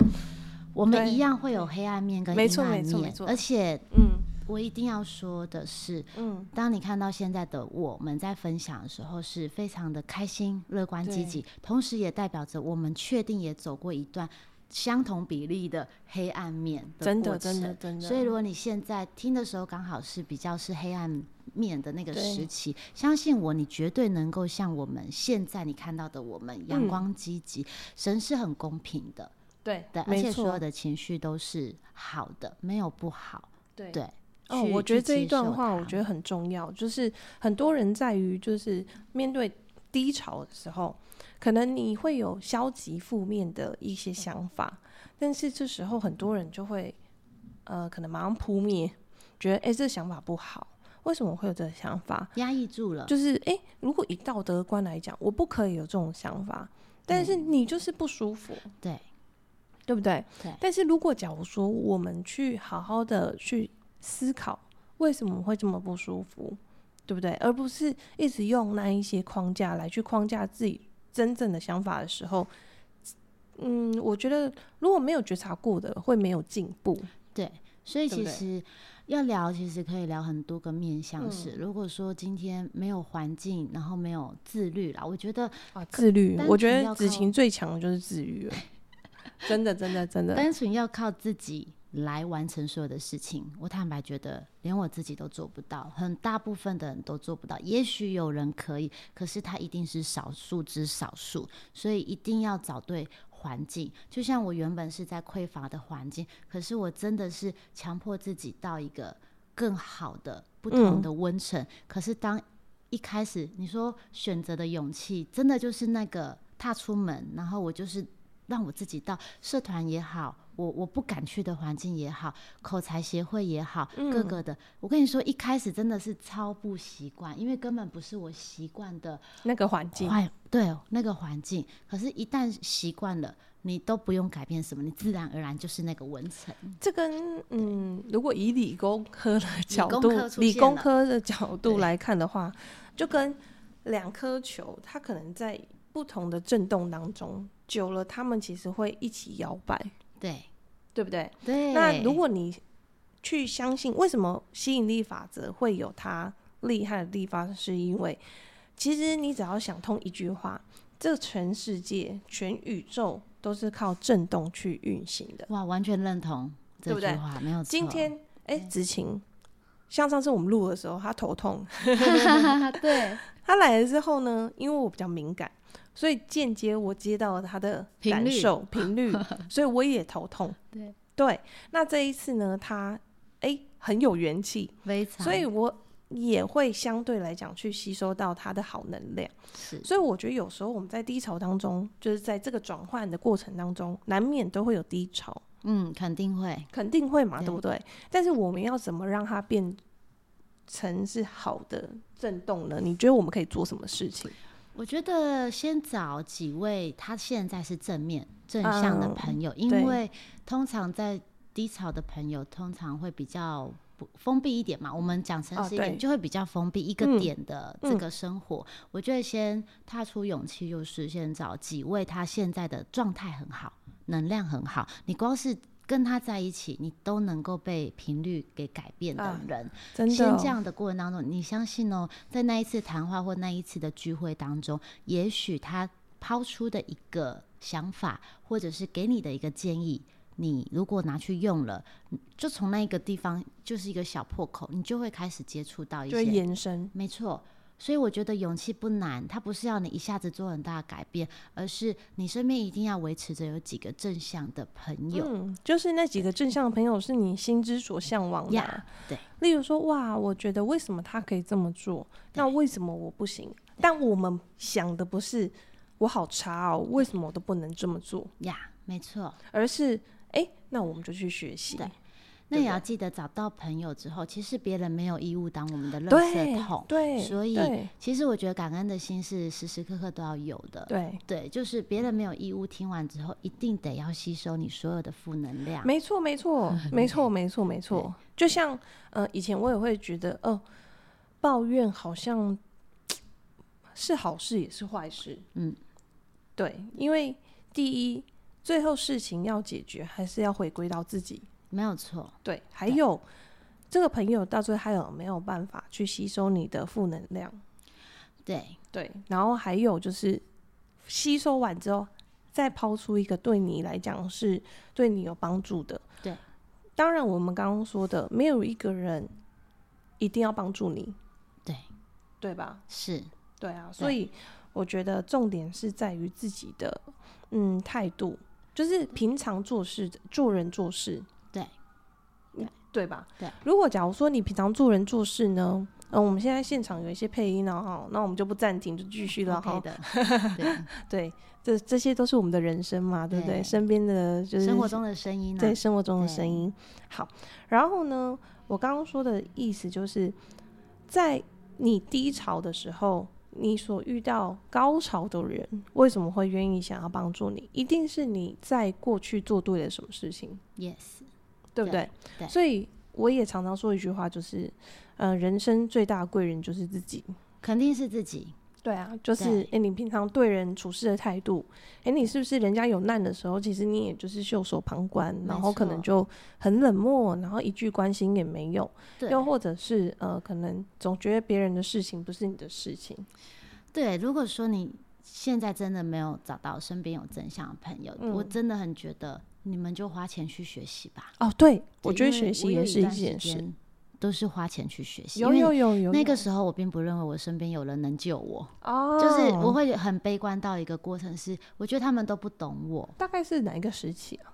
Speaker 2: 我
Speaker 1: 对
Speaker 2: 们一样会有黑暗面跟
Speaker 1: 没
Speaker 2: 阴
Speaker 1: 错没
Speaker 2: 暗
Speaker 1: 错没
Speaker 2: 面
Speaker 1: 错。
Speaker 2: 而且
Speaker 1: 嗯
Speaker 2: 我一定要说的是，
Speaker 1: 嗯，
Speaker 2: 当你看到现在的我们在分享的时候，是非常的开心、乐观、
Speaker 1: 对
Speaker 2: 积极，同时也代表着我们确定也走过一段相同比例的黑暗面
Speaker 1: 真
Speaker 2: 过
Speaker 1: 的真的
Speaker 2: 程
Speaker 1: 真的。
Speaker 2: 所以，如果你现在听的时候刚好是比较是黑暗面的那个
Speaker 1: 对
Speaker 2: 时期，相信我，你绝对能够像我们现在你看到的我们阳
Speaker 1: 嗯
Speaker 2: 光积极。神是很公平的，
Speaker 1: 对
Speaker 2: 对，而
Speaker 1: 没
Speaker 2: 且所有
Speaker 1: 错，
Speaker 2: 的情绪都是好的，没有不好。
Speaker 1: 对
Speaker 2: 对，
Speaker 1: 哦，
Speaker 2: 去
Speaker 1: 我觉得
Speaker 2: 去
Speaker 1: 这一
Speaker 2: 接
Speaker 1: 段
Speaker 2: 受
Speaker 1: 话
Speaker 2: 它
Speaker 1: 我觉得很重要，就是很多人在于就是面对低潮的时候，可能你会有消极负面的一
Speaker 2: 嗯
Speaker 1: 些想法，但是这时候很多人就会呃，可能马上扑灭，觉得哎、诶这想法不好，为什么会有这个想法？
Speaker 2: 压抑住了，
Speaker 1: 就是哎、诶如果以道德观来讲，我不可以有这种想法，但是你就是不舒服，
Speaker 2: 对
Speaker 1: 对不对？
Speaker 2: 嗯对
Speaker 1: 但是如果假如说我们去好好的去思考，为什么会这么不舒服，对不对？而不是一直用那一些框架来去框架自己真正的想法的时候，嗯，我觉得如果没有觉察过的，会没有进步。
Speaker 2: 对，所以
Speaker 1: 对不
Speaker 2: 其
Speaker 1: 对
Speaker 2: 实要聊，其实可以聊很多个面向
Speaker 1: 嗯
Speaker 2: 是。如果说今天没有环境，然后没有自律啦，我觉得
Speaker 1: 啊，自律，
Speaker 2: 单
Speaker 1: 我
Speaker 2: 纯
Speaker 1: 觉得
Speaker 2: 要
Speaker 1: 子
Speaker 2: 靠
Speaker 1: 晴最强的就是自律了，真的，真的，真 的。
Speaker 2: 单纯要靠自己来完成所有的事情，我坦白觉得连我自己都做不到，很大部分的人都做不到。也许有人可以，可是他一定是少数之少数，所以一定要找对环境。就像我原本是在匮乏的环境，可是我真的是强迫自己到一个更好的、不同
Speaker 1: 嗯
Speaker 2: 的温层。可是当一开始你说选择的勇气，真的就是那个 踏出门，然后我就是让我自己到社团也好，我我不敢去的环境也好，口才协会也好，
Speaker 1: 嗯
Speaker 2: 各个的，我跟你说，一开始真的是超不习惯，因为根本不是我习惯的
Speaker 1: 那个环境，
Speaker 2: 环，对那个环境。可是，一旦习惯了，你都不用改变什么，你自然而然就是那个文成。
Speaker 1: 这跟嗯，如果以理工科的角
Speaker 2: 工
Speaker 1: 度
Speaker 2: 科，出
Speaker 1: 理
Speaker 2: 现
Speaker 1: 工
Speaker 2: 了
Speaker 1: 科的角度
Speaker 2: 对
Speaker 1: 来看的话，就跟两颗球，它可能在不同的震动当中，久了，它们其实会一起摇摆，
Speaker 2: 对
Speaker 1: 对不对？
Speaker 2: 对。
Speaker 1: 那如果你去相信，为什么吸引力法则会有它厉害的地方，是因为其实你只要想通一句话，这全世界、全宇宙都是靠震动去运行的。
Speaker 2: 哇，完全认同这
Speaker 1: 对不
Speaker 2: 句
Speaker 1: 对
Speaker 2: 话，没有错。
Speaker 1: 今天，哎、
Speaker 2: 嗯
Speaker 1: 执勤，像上次我们录的时候，他头痛，
Speaker 2: 啊对
Speaker 1: 他来了之后呢，因为我比较敏感，所以间接我接到了他的
Speaker 2: 频
Speaker 1: 感
Speaker 2: 率
Speaker 1: 受频 率所以我也头痛。
Speaker 2: 对
Speaker 1: 对，那这一次呢，他哎、很有元气，
Speaker 2: 非常，
Speaker 1: 所以我也会相对来讲去吸收到他的好能量。
Speaker 2: 是
Speaker 1: 所以我觉得有时候我们在低潮当中，就是在这个转换的过程当中，难免都会有低潮，
Speaker 2: 嗯，肯定会
Speaker 1: 肯定会嘛，
Speaker 2: 对
Speaker 1: 对不对？但是我们要怎么让它变成是好的震动呢？你觉得我们可以做什么事情？
Speaker 2: 我觉得先找几位他现在是正面正向的
Speaker 1: 嗯
Speaker 2: 朋友，因
Speaker 1: 对
Speaker 2: 为通常在低潮的朋友通常会比较不封闭一点嘛。我们讲诚
Speaker 1: 哦
Speaker 2: 实一点，
Speaker 1: 对
Speaker 2: 就会比较封闭一个
Speaker 1: 嗯
Speaker 2: 点的这
Speaker 1: 嗯
Speaker 2: 个生活。我觉得先踏出勇气，就是先找几位他现在的状态很好、能量很好，你光是。跟他在一起，你都能够被频率给改变的
Speaker 1: 啊
Speaker 2: 人，
Speaker 1: 真的
Speaker 2: 先
Speaker 1: 哦
Speaker 2: 这样的过程当中，你相信哦，在那一次谈话或那一次的聚会当中，也许他抛出的一个想法，或者是给你的一个建议，你如果拿去用了，就从那一个地方就是一个小破口，你就会开始接触到一
Speaker 1: 就会
Speaker 2: 些，
Speaker 1: 延伸。
Speaker 2: 没错。所以我觉得勇气不难，它不是要你一下子做很大的改变，而是你身边一定要维持着有几个正向的朋友。
Speaker 1: 嗯，就是那几个正向的朋友是你心之所向往的啊、
Speaker 2: 呀对
Speaker 1: 例如说，哇，我觉得为什么他可以这么做，那为什么我不行？但我们想的不是我好差哦，为什么我都不能这么做，
Speaker 2: 呀，没错。
Speaker 1: 而是哎、诶那我们就去学习。
Speaker 2: 对那
Speaker 1: 对
Speaker 2: 也
Speaker 1: 不
Speaker 2: 要
Speaker 1: 对
Speaker 2: 记得找到朋友之后，其实别人没有义务当我们的垃圾
Speaker 1: 对
Speaker 2: 桶。
Speaker 1: 对，
Speaker 2: 所以
Speaker 1: 对
Speaker 2: 其实我觉得感恩的心是时时刻刻都要有的。
Speaker 1: 对，
Speaker 2: 对，就是别人没有义务听完之后，一定得要吸收你所有的负能量。
Speaker 1: 没错，没 错，没错，没错，没错。就像呃，以前我也会觉得，哦、抱怨好像是好事也是坏事。
Speaker 2: 嗯，
Speaker 1: 对，因为第一，最后事情要解决，还是要回归到自己。
Speaker 2: 没有错，
Speaker 1: 对，还
Speaker 2: 对
Speaker 1: 有这个朋友到最后还有没有办法去吸收你的负能量？
Speaker 2: 对，
Speaker 1: 对，然后还有就是吸收完之后，再抛出一个对你来讲是对你有帮助的。
Speaker 2: 对，
Speaker 1: 当然我们刚刚说的，没有一个人一定要帮助你，
Speaker 2: 对，
Speaker 1: 对吧？
Speaker 2: 是，
Speaker 1: 对啊，所以我觉得重点是在于自己的嗯态度，就是平常做事的、做人做事，
Speaker 2: 对
Speaker 1: 嗯，对吧？
Speaker 2: 对。
Speaker 1: 如果假如说你平常做人做事呢，嗯，我们现在现场有一些配音了哈，那我们就不暂停，就继续了哈。
Speaker 2: OK 的。对，
Speaker 1: 对，这这些都是我们的人生嘛，对不对？
Speaker 2: 对
Speaker 1: 身边的就是
Speaker 2: 生活中的声音呢、啊
Speaker 1: 对生活中的
Speaker 2: 对
Speaker 1: 声音。好，然后呢，我刚刚说的意思就是，在你低潮的时候，你所遇到高潮的人，为什么会愿意想要帮助你？一定是你在过去做对了什么事情，
Speaker 2: y e s
Speaker 1: 对不
Speaker 2: 对
Speaker 1: 对？
Speaker 2: 对
Speaker 1: 所以我也常常说一句话，就是，呃，人生最大的贵人就是自己。
Speaker 2: 肯定是自己。
Speaker 1: 对啊，就是
Speaker 2: 对
Speaker 1: 哎、诶你平常对人处事的态度，哎、你是不是人家有难的时候，其实你也就是袖手旁观，
Speaker 2: 没
Speaker 1: 然后可能
Speaker 2: 错
Speaker 1: 就很冷漠，然后一句关心也没有，
Speaker 2: 对，
Speaker 1: 又或者是呃，可能总觉得别人的事情不是你的事情，
Speaker 2: 对，如果说你现在真的没有找到身边有正向的朋友，我
Speaker 1: 嗯
Speaker 2: 真的很觉得你们就花钱去学习吧。
Speaker 1: 哦，对，我
Speaker 2: 对
Speaker 1: 觉得
Speaker 2: 因为
Speaker 1: 学习
Speaker 2: 我有
Speaker 1: 也是一
Speaker 2: 段时
Speaker 1: 件事，
Speaker 2: 间都是花钱去学习，
Speaker 1: 有
Speaker 2: 因
Speaker 1: 有
Speaker 2: 为
Speaker 1: 有有
Speaker 2: 那个
Speaker 1: 有
Speaker 2: 时候我并不认为我身边有人能救我，
Speaker 1: 哦，
Speaker 2: 就是我会很悲观到一个过程是，我觉得他们都不懂我，
Speaker 1: 大概是哪一个时期啊？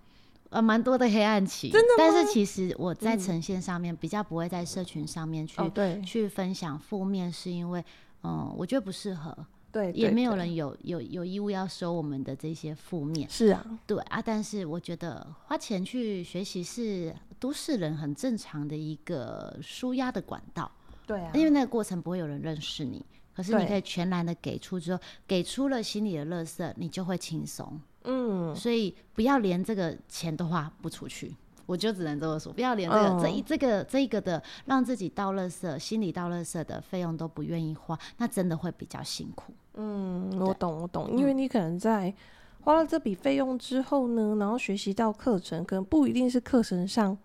Speaker 2: 呃，蛮多的黑暗期。真的但是其实我在呈现上面比较不会在社群上面去、
Speaker 1: 哦，对
Speaker 2: 去分享负面，是因为嗯，我觉得不适合，
Speaker 1: 对，
Speaker 2: 也
Speaker 1: 对
Speaker 2: 没有
Speaker 1: 对
Speaker 2: 人有有有义务要收我们的这些负面。
Speaker 1: 是啊，
Speaker 2: 对啊，但是我觉得花钱去学习是都市人很正常的一个舒压的管道，
Speaker 1: 对啊，
Speaker 2: 因为那个过程不会有人认识你，可是你
Speaker 1: 对
Speaker 2: 可以全然的给出之后，给出了心里的垃圾，你就会轻松。
Speaker 1: 嗯，
Speaker 2: 所以不要连这个钱都花不出去。我就只能这么说，不要连这个、
Speaker 1: 嗯
Speaker 2: 这一这个这一个的，让自己倒垃圾、心里倒垃圾的费用都不愿意花，那真的会比较辛苦。
Speaker 1: 嗯，我懂，我懂，因为你可能在花了这笔费用之后哦呢，然后学习到课程，可能不一定是课程上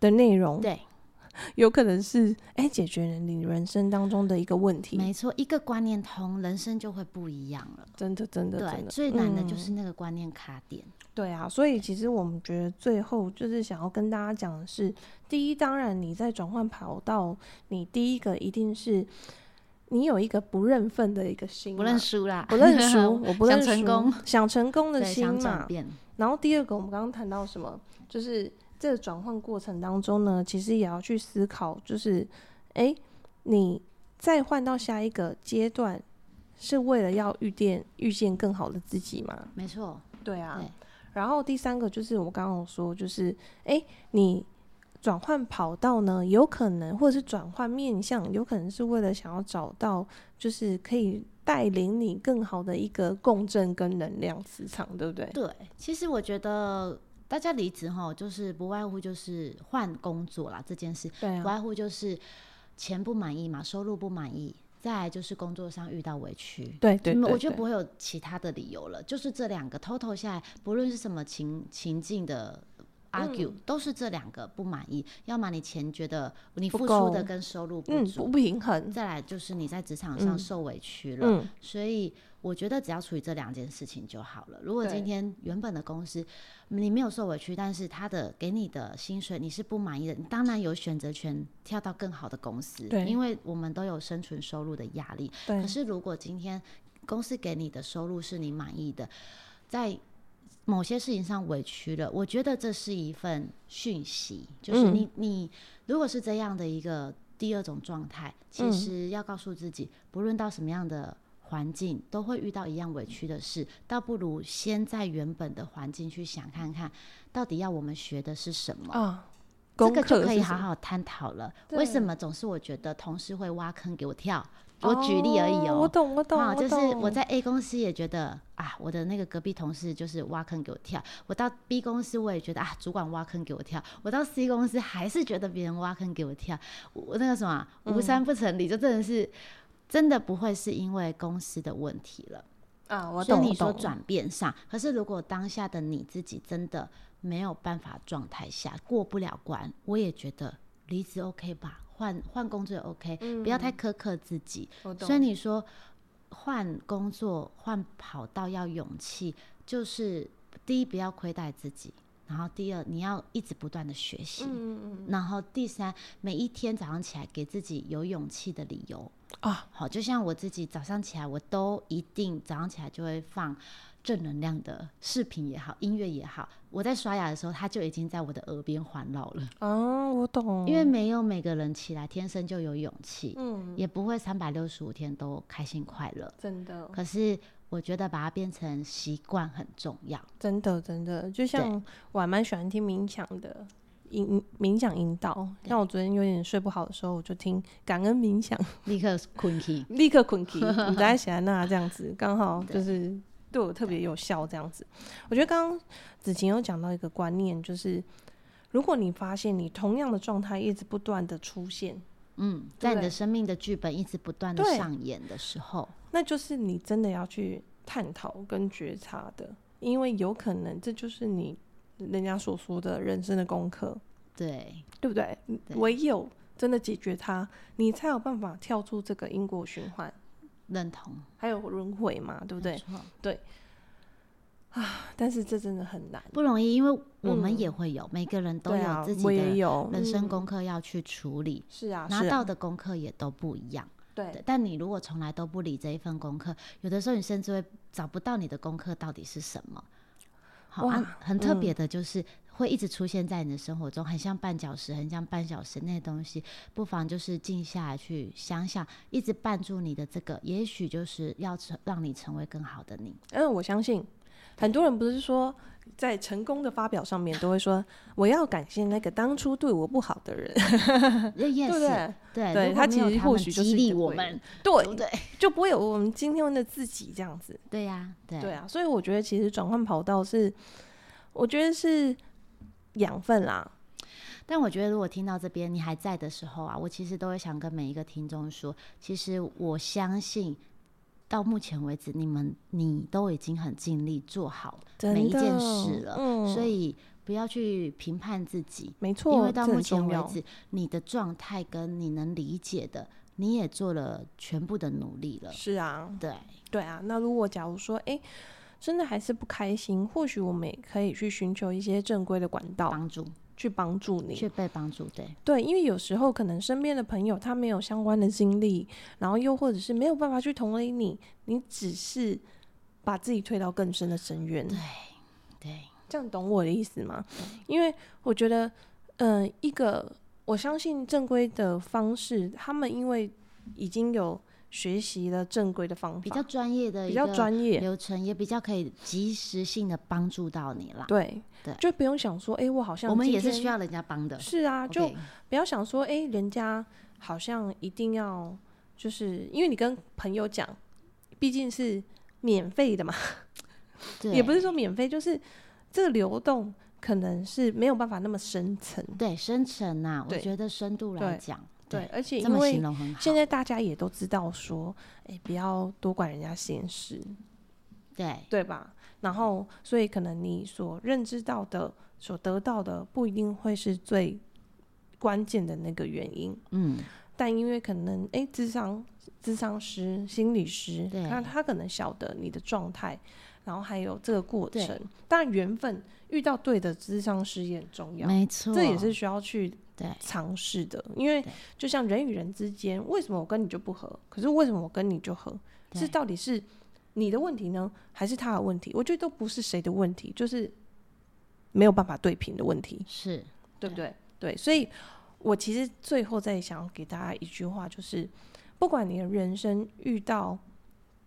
Speaker 1: 的内容，
Speaker 2: 对
Speaker 1: 有可能是哎、解决了你人生当中的一个问题。
Speaker 2: 没错，一个观念通，人生就会不一样了。
Speaker 1: 真的，真的，真
Speaker 2: 对，
Speaker 1: 的，
Speaker 2: 最难的就
Speaker 1: 嗯
Speaker 2: 是那个观念卡点。
Speaker 1: 对啊，所以其实我们觉得最后就是想要跟大家讲的是，第一，当然你在转换跑道，你第一个一定是你有一个不认份的一个心嗯嘛，
Speaker 2: 不认输啦，
Speaker 1: 不认 输，我不认
Speaker 2: 想
Speaker 1: 输，
Speaker 2: 成功，
Speaker 1: 想成功的
Speaker 2: 对，
Speaker 1: 心
Speaker 2: 想
Speaker 1: 嘛
Speaker 2: 转。变，
Speaker 1: 然后第二个，我们刚刚谈到什么，就是这个转换过程当中呢，其实也要去思考，就是诶，你再换到下一个阶段，是为了要遇见遇见更好的自己吗？
Speaker 2: 没错，
Speaker 1: 对啊。
Speaker 2: 对
Speaker 1: 然后第三个就是我刚刚有说，就是诶，你转换跑道呢，有可能或者是转换面向，有可能是为了想要找到就是可以带领你更好的一个共振跟能量磁场，对不对？
Speaker 2: 对。其实我觉得大家离职哈，就是不外乎就是换工作啦这件事，
Speaker 1: 对
Speaker 2: 不
Speaker 1: 啊，
Speaker 2: 外乎就是钱不满意嘛，收入不满意，再来就是工作上遇到委屈。
Speaker 1: 对对
Speaker 2: 嗯
Speaker 1: 对，
Speaker 2: 我就
Speaker 1: 对
Speaker 2: 不会有其他的理由了，就是这两个 total 下来，不论是什么情情境的
Speaker 1: 嗯
Speaker 2: argue，、都是这两个不满意，要么你钱觉得你
Speaker 1: 不
Speaker 2: 付出
Speaker 1: 够
Speaker 2: 的跟收入不
Speaker 1: 嗯
Speaker 2: 足，
Speaker 1: 不平衡，
Speaker 2: 再来就是你在职场上
Speaker 1: 嗯
Speaker 2: 受委屈了，
Speaker 1: 嗯
Speaker 2: 所以我觉得只要处理这两件事情就好了。如果
Speaker 1: 对
Speaker 2: 今天原本的公司你没有受委屈，但是他的给你的薪水你是不满意的，你当然有选择权跳到更好的公司，
Speaker 1: 对
Speaker 2: 因为我们都有生存收入的压力。
Speaker 1: 对
Speaker 2: 可是如果今天公司给你的收入是你满意的，在某些事情上委屈了，我觉得这是一份讯息，就是
Speaker 1: 嗯
Speaker 2: 你、你如果是这样的一个第二种状态，其
Speaker 1: 嗯
Speaker 2: 实要告诉自己，不论到什么样的环境，都会遇到一样委屈的事，倒不如先在原本的环境去想看看，到底要我们学的是什么。
Speaker 1: 啊，
Speaker 2: 这
Speaker 1: 功
Speaker 2: 个就
Speaker 1: 课
Speaker 2: 可
Speaker 1: 是
Speaker 2: 以
Speaker 1: 什
Speaker 2: 好
Speaker 1: 么
Speaker 2: 好探讨了。
Speaker 1: 对
Speaker 2: 为什么总是我觉得同事会挖坑给我跳？我举例而已哦，
Speaker 1: 我懂我懂，
Speaker 2: 啊，就是我
Speaker 1: 懂
Speaker 2: 在 A 公司也觉得啊，我的那个隔壁同事就是挖坑给我跳；我到 B 公司我也觉得啊，主管挖坑给我跳；我到 C 公司还是觉得别人挖坑给我跳。我我那个什么啊、
Speaker 1: 嗯
Speaker 2: 无三不成理，就真的是真的不会是因为公司的问题了。
Speaker 1: 啊，我
Speaker 2: 所以
Speaker 1: 懂
Speaker 2: 你
Speaker 1: 我
Speaker 2: 说
Speaker 1: 懂，
Speaker 2: 转变上，可是如果当下的你自己真的没有办法状态下过不了关，我也觉得离职 OK 吧，换换工作也 OK，、不要太
Speaker 1: 嗯
Speaker 2: 苛刻自己。
Speaker 1: 我懂
Speaker 2: 所以你说换工作、换跑道要勇气，就是第一不要亏待自己，然后第二你要一直不断的学习，
Speaker 1: 嗯嗯
Speaker 2: 然后第三每一天早上起来给自己有勇气的理由。
Speaker 1: 嗯啊，
Speaker 2: 好，就像我自己早上起来，我都一定早上起来就会放正能量的视频也好，音乐也好。我在刷牙的时候，它就已经在我的耳边环绕了，
Speaker 1: 哦，我懂，
Speaker 2: 因为没有每个人起来天生就有勇气，
Speaker 1: 嗯
Speaker 2: 也不会三百六十五天都开心快乐。
Speaker 1: 真的哦
Speaker 2: 可是我觉得把它变成习惯很重 要。
Speaker 1: 真的真的，就像我还蛮喜欢听冥想的。引冥想引导，
Speaker 2: 对
Speaker 1: 像我昨天有点睡不好的时候，我就听感恩冥想，
Speaker 2: 立刻 困起，
Speaker 1: 立刻困 起，你在写在那这样子，刚好就是对我特别有效这样子。我觉得刚刚子晴有讲到一个观念，就是如果你发现你同样的状态一直不断的出现，
Speaker 2: 嗯，
Speaker 1: 对
Speaker 2: 在你的生命的剧本一直不断的
Speaker 1: 对
Speaker 2: 上演的时候，
Speaker 1: 那就是你真的要去探讨跟觉察的，因为有可能这就是你人家所说的人生的功课，
Speaker 2: 对，
Speaker 1: 对不对？
Speaker 2: 对
Speaker 1: 唯有真的解决它，你才有办法跳出这个因果循环，
Speaker 2: 认同，
Speaker 1: 还有轮回嘛，对不
Speaker 2: 没
Speaker 1: 对？
Speaker 2: 错
Speaker 1: 但是这真的很难。
Speaker 2: 不容易，因为我们
Speaker 1: 嗯
Speaker 2: 也会有，每个人都
Speaker 1: 对啊
Speaker 2: 有自，己
Speaker 1: 我也
Speaker 2: 的
Speaker 1: 有
Speaker 2: 人生
Speaker 1: 嗯
Speaker 2: 功课要去处理，
Speaker 1: 是啊，
Speaker 2: 拿
Speaker 1: 是啊
Speaker 2: 到的功课也都不一样。
Speaker 1: 对，
Speaker 2: 但你如果从来都不理这一份功课，有的时候你甚至会找不到你的功课到底是什么。好，
Speaker 1: 哇
Speaker 2: 啊、很特
Speaker 1: 嗯
Speaker 2: 别的就是会一直出现在你的生活中，很像绊脚石，很像绊脚石那些东西，不妨就是静下来去想想，一直绊住你的这个，也许就是要成让你成为更好的 你。
Speaker 1: 嗯，我相信很多人不是说在成功的发表上面都会说，我要感谢那个当初对我不好的人，
Speaker 2: 对
Speaker 1: 对不对？
Speaker 2: 对
Speaker 1: 对
Speaker 2: 如
Speaker 1: 他
Speaker 2: 果没有
Speaker 1: 其实
Speaker 2: 他
Speaker 1: 或
Speaker 2: 们
Speaker 1: 许就
Speaker 2: 激
Speaker 1: 是
Speaker 2: 励
Speaker 1: 不
Speaker 2: 我
Speaker 1: 会
Speaker 2: 们，
Speaker 1: 对
Speaker 2: 对，不对？
Speaker 1: 就不会有我们今天的自己这样子。
Speaker 2: 对呀、对
Speaker 1: 对啊，所以我觉得其实转换跑道是，我觉得是养分啦。
Speaker 2: 但我觉得，如果听到这边你还在的时候啊，我其实都会想跟每一个听众说，其实我相信，到目前为止，你们你都已经很尽力做好
Speaker 1: 真的
Speaker 2: 每一件事了，
Speaker 1: 嗯，
Speaker 2: 所以不要去评判自己，
Speaker 1: 没错，
Speaker 2: 因为到
Speaker 1: 这
Speaker 2: 目
Speaker 1: 很
Speaker 2: 前
Speaker 1: 重
Speaker 2: 为
Speaker 1: 要
Speaker 2: 止，你的状态跟你能理解的，你也做了全部的努力了。
Speaker 1: 是啊，
Speaker 2: 对，
Speaker 1: 对啊，那如果假如说，哎、真的还是不开心，或许我们也可以去寻求一些正规的管道
Speaker 2: 帮助
Speaker 1: 去帮助你。
Speaker 2: 却被帮助，对，
Speaker 1: 对，因为有时候可能身边的朋友他没有相关的经历，然后又或者是没有办法去同理你，你只是把自己推到更深的深渊。
Speaker 2: 对，
Speaker 1: 这样懂我的意思吗？因为我觉得，嗯、一个我相信正规的方式，他们因为已经有学习了正规的方法，
Speaker 2: 比较专业的
Speaker 1: 比
Speaker 2: 一
Speaker 1: 较
Speaker 2: 个
Speaker 1: 专业，
Speaker 2: 流程，也比较可以及时性的帮助到你啦。
Speaker 1: 对，
Speaker 2: 对
Speaker 1: 就不用想说，哎、我好像
Speaker 2: 我们
Speaker 1: 今
Speaker 2: 也是
Speaker 1: 天
Speaker 2: 需要人家帮的，
Speaker 1: 是啊，就
Speaker 2: OK，
Speaker 1: 不要想说，哎、人家好像一定要，就是因为你跟朋友讲，毕竟是免费的嘛，
Speaker 2: 对
Speaker 1: 也不是说免费，就是这个流动可能是没有办法那么深层，
Speaker 2: 对深层呐，我
Speaker 1: 对
Speaker 2: 觉得深度来
Speaker 1: 对
Speaker 2: 讲，
Speaker 1: 对，，而且
Speaker 2: 这
Speaker 1: 因
Speaker 2: 么
Speaker 1: 为
Speaker 2: 形容很好。
Speaker 1: 现在大家也都知道说，哎、不要多管人家闲事，
Speaker 2: 对
Speaker 1: 对吧？然后，所以可能你所认知到的、所得到的，不一定会是最关键的那个原因。
Speaker 2: 嗯，
Speaker 1: 但因为可能诶，智商、智商师、心理师，
Speaker 2: 对
Speaker 1: 那他可能晓得你的状态，然后还有这个过
Speaker 2: 对
Speaker 1: 程。当然，缘分遇到对的智商师也很重要，
Speaker 2: 没错，
Speaker 1: 这也是需要去
Speaker 2: 对
Speaker 1: 尝试的。因为
Speaker 2: 对
Speaker 1: 就像人与人之间，为什么我跟你就不合？可是为什么我跟你就合？
Speaker 2: 对
Speaker 1: 是到底是你的问题呢，还是他的问题？我觉得都不是谁的问题，就是没有办法对平的问题。
Speaker 2: 是
Speaker 1: 对不对？对，所以我其实最后再想要给大家一句话，就是不管你的人生遇到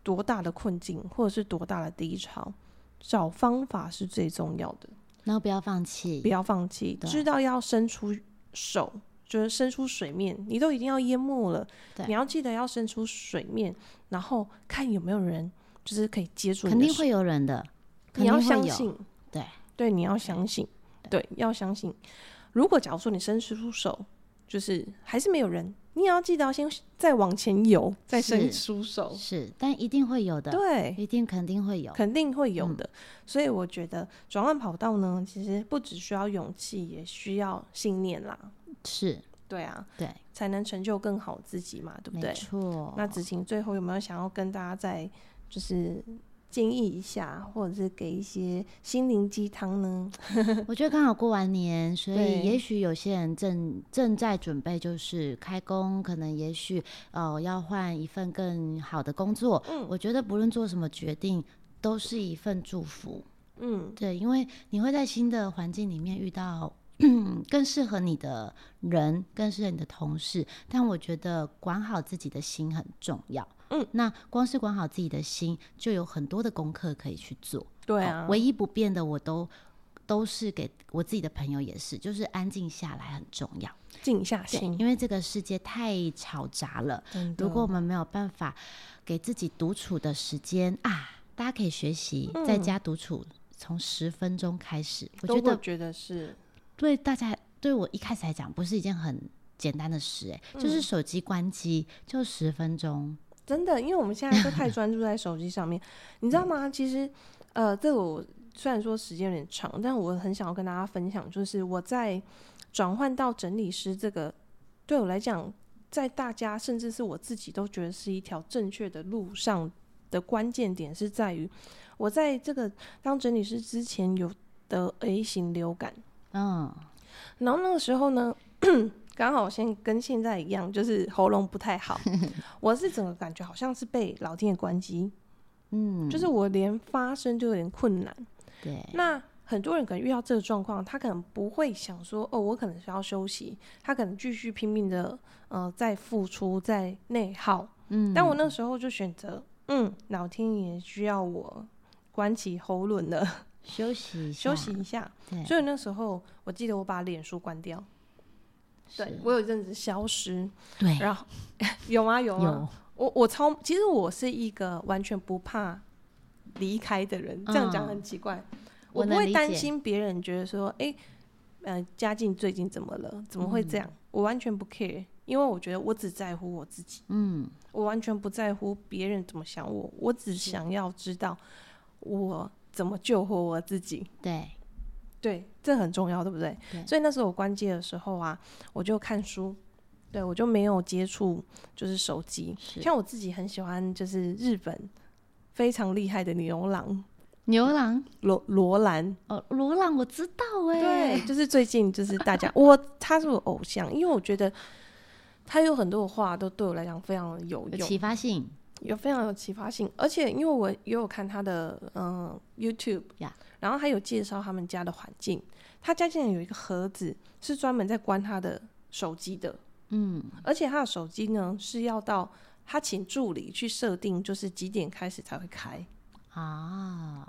Speaker 1: 多大的困境，或者是多大的低潮，找方法是最重要的，
Speaker 2: 然后不要放弃，
Speaker 1: 不要放弃，
Speaker 2: 对
Speaker 1: 知道要伸出手。就是伸出水面，你都已经要淹没了，
Speaker 2: 对
Speaker 1: 你要记得要伸出水面，然后看有没有人就是可以接住你
Speaker 2: 肯
Speaker 1: 的
Speaker 2: 定
Speaker 1: 手。
Speaker 2: 会有人的，肯
Speaker 1: 你要
Speaker 2: 定会
Speaker 1: 相
Speaker 2: 有
Speaker 1: 信，
Speaker 2: 对
Speaker 1: 对，你要相信，对，要相信。如果假如说你伸出手，就是还是没有人，你也要记得要先再往前游，再伸
Speaker 2: 是
Speaker 1: 出手，
Speaker 2: 是，但一定会有的，嗯
Speaker 1: 对，
Speaker 2: 一定肯定会有，
Speaker 1: 肯定会有的。所以我觉得转换跑道呢，其实不只需要勇气，也需要信念啦，
Speaker 2: 是
Speaker 1: 对啊，
Speaker 2: 对，
Speaker 1: 才能成就更好自己嘛，对不
Speaker 2: 没
Speaker 1: 对？
Speaker 2: 错，
Speaker 1: 那子晴最后有没有想要跟大家再就是建议一下，或者是给一些心灵鸡汤呢？
Speaker 2: 我觉得刚好过完年，所
Speaker 1: 对
Speaker 2: 以也许有些人正正在准备就是开工，可能也许呃要换一份更好的工作。
Speaker 1: 嗯
Speaker 2: 我觉得不论做什么决定，都是一份祝福。
Speaker 1: 嗯，
Speaker 2: 对，因为你会在新的环境里面遇到 更适合你的人，更适合你的同事。但我觉得管好自己的心很重要。
Speaker 1: 嗯，
Speaker 2: 那光是管好自己的心，就有很多的功课可以去做。
Speaker 1: 对
Speaker 2: 哦
Speaker 1: 啊，
Speaker 2: 唯一不变的我都都是给我自己的朋友也是，就是安静下来很重要。
Speaker 1: 静下
Speaker 2: 对，
Speaker 1: 心。
Speaker 2: 因为这个世界太吵杂了，
Speaker 1: 真的
Speaker 2: 如果我们没有办法给自己独处的时间啊，大家可以学习
Speaker 1: 嗯
Speaker 2: 在家独处，从十分钟开始，我
Speaker 1: 都
Speaker 2: 觉
Speaker 1: 会
Speaker 2: 得
Speaker 1: 觉得是
Speaker 2: 对大家对我一开始来讲不是一件很。简单的事、欸，
Speaker 1: 嗯
Speaker 2: 就是手机关机就十分钟，
Speaker 1: 真的，因为我们现在都太专注在手机上面，你知道吗？其实，呃，这个我虽然说时间有点长，但我很想要跟大家分享，就是我在转换到整理师这个，对我来讲，在大家甚至是我自己都觉得是一条正确的路上的关键点是在于，我在这个当整理师之前有得 A 型流感，
Speaker 2: 嗯，
Speaker 1: 然后那个时候呢， 刚好先跟现在一样，就是喉咙不太 好，我是整个感觉好像是被老天爷关机，
Speaker 2: 嗯，哎
Speaker 1: 就是我连发声都有点困难。
Speaker 2: 对，
Speaker 1: 那很多人可能遇到这个状况，他可能不会想说，哦，我可能需要休息，他可能继续拼命的，呃，在付出，在内耗。
Speaker 2: 嗯，
Speaker 1: 但我那时候就选择，嗯，老天爷需要我关起喉咙了，
Speaker 2: 休息一
Speaker 1: 休
Speaker 2: 下
Speaker 1: 息，一下。
Speaker 2: 对，
Speaker 1: 所以那时候我记得我把脸书关掉，对
Speaker 2: 是
Speaker 1: 我有一阵子消失，
Speaker 2: 对，
Speaker 1: 然后 有吗？有吗？啊
Speaker 2: 有
Speaker 1: 我我超，其实我是一个完全不怕离开的人，这样讲
Speaker 2: 嗯
Speaker 1: 很奇怪，
Speaker 2: 我
Speaker 1: 不
Speaker 2: 能
Speaker 1: 会
Speaker 2: 理
Speaker 1: 担
Speaker 2: 解
Speaker 1: 心别人觉得说，哎、呃，嘉靖最近怎么了？怎么会这样？
Speaker 2: 嗯
Speaker 1: 我完全不 care，因为我觉得我只在乎我自己，
Speaker 2: 嗯，
Speaker 1: 我完全不在乎别人怎么想我，我只想要知道我怎么救活我自己。
Speaker 2: 对，
Speaker 1: 对，这很重要，对不对？
Speaker 2: 对
Speaker 1: 所以那时候我关机的时候啊，我就看书，对我就没有接触就是手机。
Speaker 2: 是
Speaker 1: 像我自己很喜欢就是日本非常厉害的牛郎
Speaker 2: 牛郎
Speaker 1: 罗罗兰，
Speaker 2: 哦，罗朗我知道哎、
Speaker 1: 对，就是最近就是大家 我他是我偶像，因为我觉得他有很多的话都对我来讲非常有
Speaker 2: 有
Speaker 1: 用，
Speaker 2: 启发性，
Speaker 1: 有非常有启发性，而且因为我也有看他的嗯、YouTube，、
Speaker 2: 呀
Speaker 1: 然后还有介绍他们家的环境，他家竟然有一个盒子是专门在关他的手机的，
Speaker 2: 嗯，
Speaker 1: 而且他的手机呢是要到他请助理去设定，就是几点开始才会开，
Speaker 2: 啊，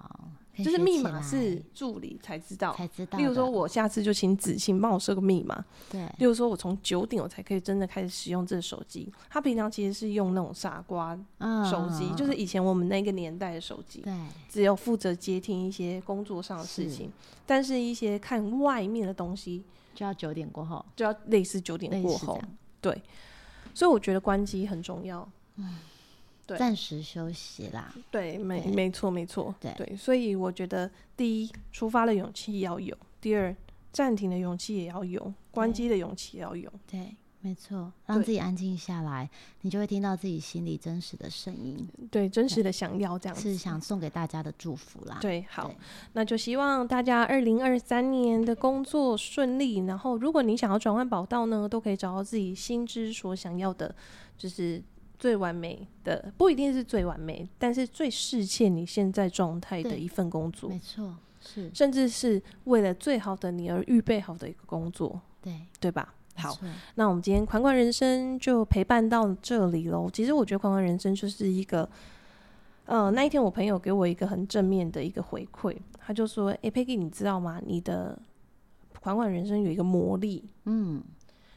Speaker 2: 可以
Speaker 1: 就是
Speaker 2: 学
Speaker 1: 密
Speaker 2: 起
Speaker 1: 码
Speaker 2: 来
Speaker 1: 是助理才知道。
Speaker 2: 才知道的。
Speaker 1: 例如说，我下次就请子晴帮我设个密码。
Speaker 2: 对，
Speaker 1: 例如说，我从九点我才可以真的开始使用这个手机。他平常其实是用那种傻瓜
Speaker 2: 嗯，
Speaker 1: 手机，就是以前我们那个年代的手机。
Speaker 2: 对，
Speaker 1: 只有负责接听一些工作上的事情，但是一些看外面的东西
Speaker 2: 就要九点过后，
Speaker 1: 就要类似九点
Speaker 2: 类
Speaker 1: 过
Speaker 2: 似这
Speaker 1: 后，
Speaker 2: 样，
Speaker 1: 所以我觉得关机很重要。对
Speaker 2: 暂时休息啦。
Speaker 1: 对，没
Speaker 2: 对
Speaker 1: 没错没错，
Speaker 2: 对
Speaker 1: 所以我觉得第一，出发的勇气要有；第二，暂停的勇气也要有，关机的勇气也要有。
Speaker 2: 对，没错，让
Speaker 1: 对
Speaker 2: 自己安静下来，你就会听到自己心里真实的声音，
Speaker 1: 对，真实的想要这样子。
Speaker 2: 是想送给大家的祝福啦。
Speaker 1: 对，好
Speaker 2: 对，
Speaker 1: 那就希望大家二零二三年的工作顺利。然后，如果你想要转换跑道呢，都可以找到自己心之所想要的，就是最完美的，不一定是最完美，但是最适切你现在状态的
Speaker 2: 对
Speaker 1: 一份工作，
Speaker 2: 没错，是
Speaker 1: 甚至是为了最好的你而预备好的一个工作，
Speaker 2: 对。
Speaker 1: 对吧？好
Speaker 2: 没，错，
Speaker 1: 那我们今天款款人生就陪伴到这里喽。其实我觉得款款人生就是一个，呃，那一天我朋友给我一个很正面的一个回馈，他就说：“诶 p e g g y 你知道吗？你的款款人生有一个魔力，
Speaker 2: 嗯，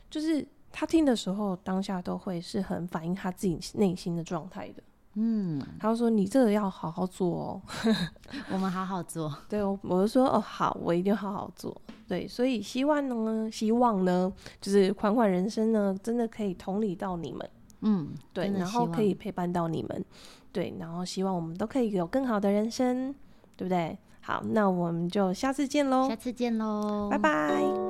Speaker 1: 就是他听的时候当下都会是很反映他自己内心的状态的。”
Speaker 2: 嗯，
Speaker 1: 他就说：“你这个要好好做哦。
Speaker 2: 我们好好做，
Speaker 1: 对，我我就说哦，好，我一定好好做。对，所以希望呢，希望呢，就是款款人生呢，真的可以同理到你们。
Speaker 2: 嗯，
Speaker 1: 对，
Speaker 2: 真的
Speaker 1: 然
Speaker 2: 希
Speaker 1: 后可
Speaker 2: 望
Speaker 1: 以陪伴到你们，对，然后希望我们都可以有更好的人生，对不对？好，那我们就下次见喽
Speaker 2: 下，次见喽，
Speaker 1: 拜拜。